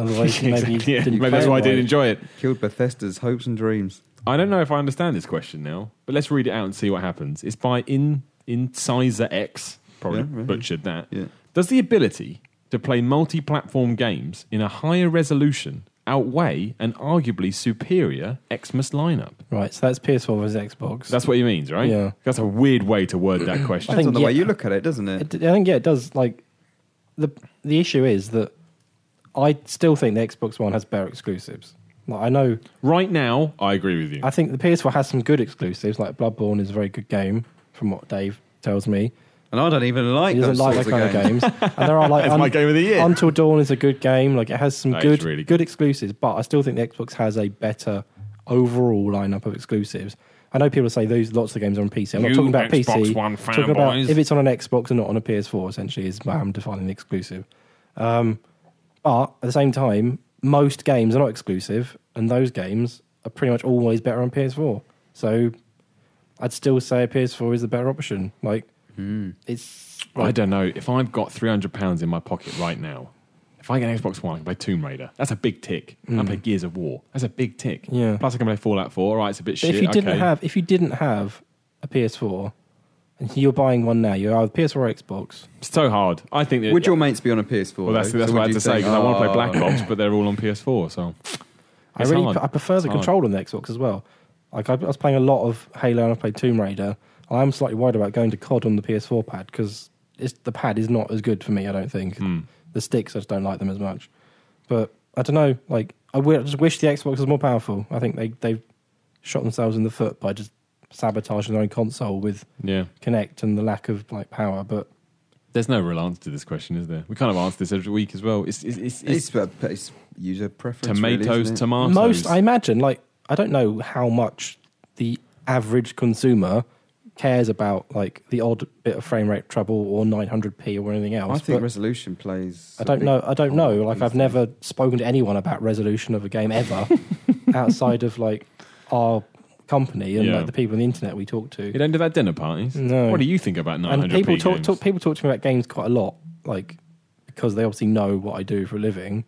C: otherwise maybe you
A: Exactly, yeah.
C: didn't
A: Maybe that's
C: play
A: why I
C: it
A: didn't
C: right.
A: enjoy it.
B: Killed Bethesda's hopes and dreams.
A: I don't know if I understand this question now, but let's read it out and see what happens. It's by In Incisor X. Probably
B: Yeah, right, yeah.
A: butchered that.
B: Yeah.
A: Does the ability to play multi-platform games in a higher resolution outweigh an arguably superior Xmas lineup?
C: Right, so that's PS4 versus Xbox.
A: That's what he means, right?
C: Yeah.
A: That's a weird way to word that
C: I
A: question.
B: Depends
C: think-
B: on the way
C: yeah.
B: you look at it, doesn't it?
C: It- I think yeah, it does. Like the the issue is that I still think the Xbox One has better exclusives. Like I know,
A: right now, I agree with you.
C: I think the PS4 has some good exclusives. Like Bloodborne is a very good game, from what Dave tells me.
B: And I don't even like
C: He doesn't
B: those
C: like that
B: sorts
C: kind
B: of games.
C: of games. And there are like
A: That's my game of the year.
C: Until Dawn is a good game. Like it has some
A: That is
C: good,
A: really
C: good exclusives, but I still think the Xbox has a better overall lineup of exclusives. I know people say those lots of games are on PC. I'm not
A: You
C: talking about
A: Xbox
C: PC.
A: One
C: talking about
A: fanboys.
C: if it's on an Xbox and not on a PS4. Essentially, is how I'm defining the exclusive. Um, but at the same time, most games are not exclusive, and those games are pretty much always better on PS4. So I'd still say PS4 is the better option. Like it's
A: I don't know. If I've got three hundred pounds in my pocket right now, if I get an Xbox One, I can play Tomb Raider. That's a big tick. I can play Gears of War. That's a big tick.
C: Hmm. Yeah.
A: Plus, I can play Fallout Four. All right, it's a bit
C: But
A: shit.
C: if you didn't
A: okay.
C: have if you didn't have a PS4 and you're buying one now, you're either PS4 or Xbox.
A: it's so hard. I think that.
B: Would your mates be on a PS4?
A: well, that's,
B: though?
A: that's
B: So
A: what I had
B: would you
A: to say because I want to play
B: "Oh,
A: Black Ops, but they're all on PS4. So
C: I
A: It's
C: really
A: hard.
C: I prefer the
A: It's hard.
C: control on the Xbox as well. Like I, I was playing a lot of Halo and I played Tomb Raider. I am slightly worried about going to COD on the PS4 pad because the pad is not as good for me. I don't think
A: Hmm.
C: the sticks I just don't like them as much. But I don't know. Like I, w- I just wish the Xbox was more powerful. I think they they've shot themselves in the foot by just sabotaging their own console with
A: yeah,
C: Connect and the lack of like power. But
A: there's no real answer to this question, is there? We kind of answer this every week as well. It's it's, it's, it's
B: It's, uh, it's user preference.
A: tomatoes,
B: really, isn't it?
A: tomatoes.
C: most i imagine like i don't know how much the average consumer cares about like the odd bit of frame rate trouble or 900p or anything
B: I
C: else
B: think
C: but
B: resolution plays.
C: I
B: a
C: don't
B: big
C: know i don't know
B: part
C: like
B: these
C: i've
B: days.
C: never spoken to anyone about resolution of a game ever outside of like our company and
A: Yeah.
C: like the people on the internet we talk to
A: You don't do that dinner parties.
C: No.
A: What do you think about 900p
C: and people talk,
A: games?
C: talk people talk to me about games quite a lot, like because they obviously know what I do for a living.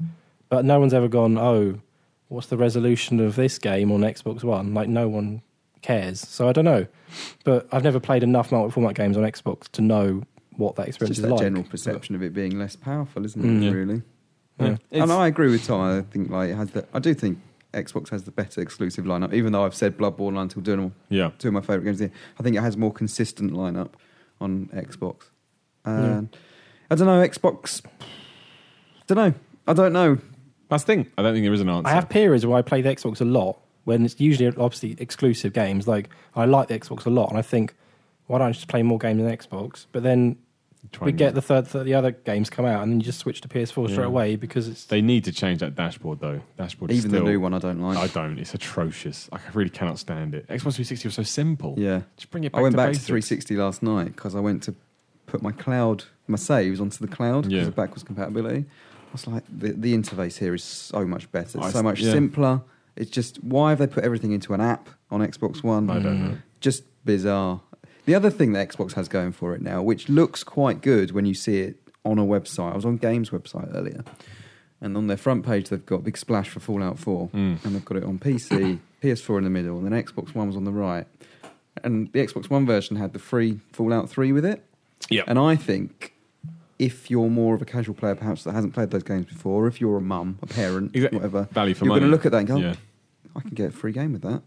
C: But no one's ever gone, oh, what's the resolution of this game on Xbox One? Like no one cares. So I don't know. But I've never played enough multi-format games on Xbox to know what that
B: It's
C: experience
B: just
C: is
B: that
C: like.
B: general perception of it being less powerful, isn't it?
C: Mm.
A: Yeah.
B: Really.
A: Yeah.
C: Yeah.
A: It's-
B: and I agree with Ty. I think like it has the. I do think Xbox has the better exclusive lineup, even though I've said Bloodborne until doing
A: yeah.
B: two of my favorite games. Here. I think it has a more consistent lineup on Xbox. And I don't know Xbox. Don't know. I don't know.
A: That's the thing. I don't think there is an answer.
C: I have periods where I play the Xbox a lot when it's usually obviously exclusive games. Like I like the Xbox a lot, and I think why don't I just play more games on Xbox? But then
A: Try
C: we
A: and-
C: get the third, third, the other games come out, and then you just switch to PS4
A: Yeah.
C: straight away because it's
A: They need to change that dashboard though. Dashboard is
B: Even
A: still,
B: the new one, I don't like.
A: I don't. It's atrocious. I really cannot stand it. Xbox 360 was so simple.
B: yeah.
A: Just bring it back.
B: I went
A: to
B: back
A: basics.
B: to 360 last night because I went to put my cloud, my saves onto the cloud because
A: Yeah.
B: of backwards compatibility. I was like, the, the interface here is so much better,
A: I
B: it's
A: s-
B: so much
A: yeah.
B: simpler. It's just why have they put everything into an app on Xbox One?
A: I don't
C: Mm.
A: know.
B: Just bizarre. The other thing that Xbox has going for it now, which looks quite good when you see it on a website. I was on Games website earlier, and on their front page they've got a big splash for Fallout 4,
A: Mm.
B: and they've got it on PC, PS4 in the middle, and then Xbox One was on the right. And the Xbox One version had the free Fallout 3 with it.
A: Yeah.
B: And I think if you're more of a casual player, perhaps that hasn't played those games before, if you're a mum, a parent,
A: Exactly.
B: whatever,
A: Value for
B: you're
A: money.
B: going to look at that and go,
A: yeah.
B: I can get a free game with that.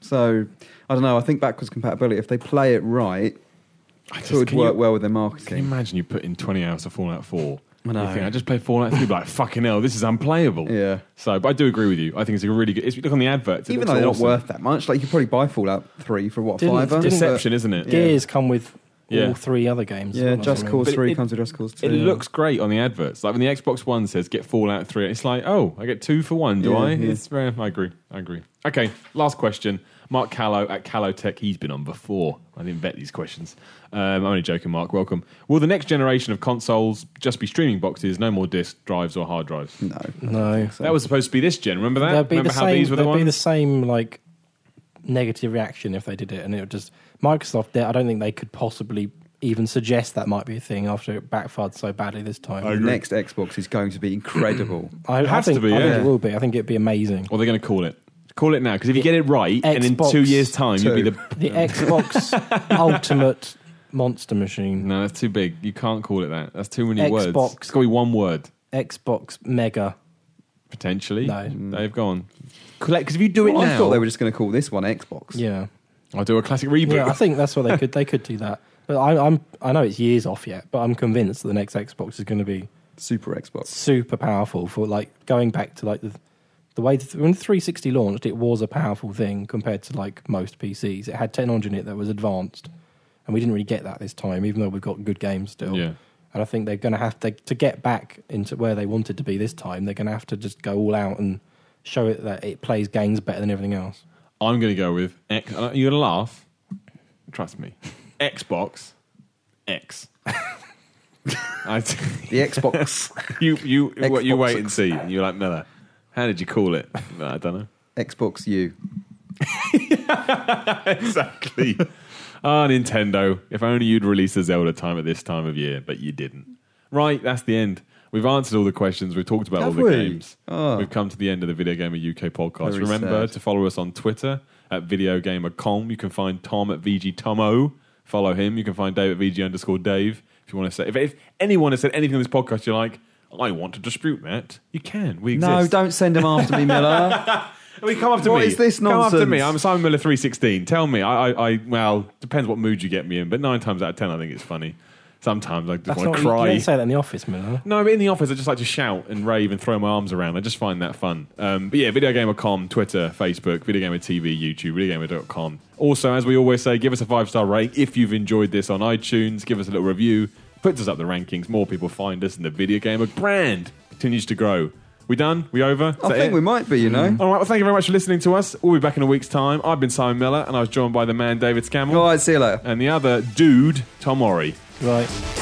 B: So I don't know. I think backwards compatibility, if they play it right,
A: I
B: it
A: just,
B: would
A: can
B: work
A: you,
B: well with their
A: Can you
B: marketing.
A: imagine you put in 20 hours to Fallout 4?
B: I know.
A: You think, I just played Fallout 3, you'd be like fucking hell, this is unplayable.
B: yeah.
A: So, but I do agree with you. I think it's a really good. It's, look on the adverts. it
B: Even
A: looks
B: though they're
A: awesome.
B: not worth that much, like you could probably buy Fallout Three for what
C: Didn't-
B: fiver.
C: didn't-
B: but-
A: Deception, isn't it?
B: Yeah.
C: Gears come with
A: Yeah.
C: all three other games.
B: Yeah,
C: That's what
B: Just
C: I mean.
B: Cause
A: But
B: Three
A: it-
B: comes with Just Cause Two.
A: It looks great on the adverts. Like when the Xbox One says "Get Fallout 3, it's like, oh, I get two for one, do
B: Yeah,
A: I?
B: yeah.
A: It's rare. I agree. I agree. Okay, last question. Mark Callow at Callow Tech. He's been on before. I didn't vet these questions. Um, I'm only joking, Mark. Welcome. Will the next generation of consoles just be streaming boxes, no more disk drives or hard drives?
B: no.
C: No,
A: That was supposed to be this gen. Remember that?
C: there'd be
A: Remember
C: the
A: how
C: same.
A: these were the
C: there'd be the
A: ones?
C: same like negative reaction if they did it, and it would just Microsoft. they- I don't think they could possibly even suggest that might be a thing after it backfired so badly this time.
B: The next Xbox is going to be incredible.
C: I,
A: It
C: I
A: has to
C: think,
A: be,
C: I think
A: yeah.
C: it will be. I think it'd be amazing.
A: Or they're going to call it. Call it now, because if you get it right, and in
C: Xbox
A: two years' time, you'll be
B: Two.
A: the.
C: The Xbox Ultimate Monster Machine,
A: No, that's too big. You can't call it that. That's too many words.
C: Xbox.
A: It's got to be one word.
C: Xbox Mega
A: potentially. Mm.
C: No.
A: They've gone.
B: Because if you do
A: it
B: I
A: now-
B: thought they were just going to call this one Xbox.
C: Yeah.
A: I'll do a classic reboot.
C: Yeah, I think that's what they could they could do that. But I, I'm I know it's years off yet, but I'm convinced that the next Xbox is going to be
B: Super Xbox.
C: super powerful for like going back to like the the way the, when the 360 launched, it was a powerful thing compared to like most PCs. It had technology in it that was advanced, and we didn't really get that this time, even though we've got good games still.
A: Yeah.
C: And I think they're going to have to to get back into where they wanted to be this time. They're going to have to just go all out and show it that it plays games better than everything else.
A: I'm going to go with X. You're going to laugh. Trust me. Xbox X. I t-
B: The Xbox.
A: you you what you
B: Xbox
A: wait
B: X.
A: and see. And you're like Miller. How did you call it? I'm like, I don't know.
B: Xbox U.
A: exactly. Ah, Nintendo. If only you'd released a Zelda time at this time of year, but you didn't. Right, that's the end. We've answered all the questions. We've talked about
B: Have
A: all the
B: we?
A: games.
B: Oh.
A: We've come to the end of the Video Gamer UK podcast.
B: Very
A: Remember
B: sad.
A: to follow us on Twitter at Video VideoGamerCom. You can find Tom at VGTomo. Follow him. You can find Dave at VG underscore Dave. If you want to say, if, if anyone has said anything on this podcast, you're like, I want to dispute that. You can. We exist.
B: No, don't send them after me, Miller.
A: I mean, come up to
B: What
A: me.
B: is this
A: Come up to
B: nonsense?
A: me. I'm Simon Miller 316. Tell me. I, I, I, well, depends what mood you get me in, but nine times out of ten, I think it's funny. Sometimes I just
C: That's
A: want
C: not
A: to
C: you
A: cry.
C: don't say that in the office, Miller.
A: No, but in the office, I just like to shout and rave and throw my arms around. I just find that fun. Um, but yeah, videogamer.com, Twitter, Facebook, videogamer TV, YouTube, videogamer.com. Also, as we always say, give us a five star rate if you've enjoyed this on iTunes. Give us a little review. Puts us up the rankings. More people find us, and the video gamer brand continues to grow. We done? We over? Is
B: I
A: that
B: think
A: it?
B: we might be, you know.
A: All right, well, thank you very much for listening to us. We'll be back in a week's time. I've been Simon Miller, and I was joined by the man David Scammell
B: All right, see you later.
A: and the other dude, Tom Ori.
C: Right.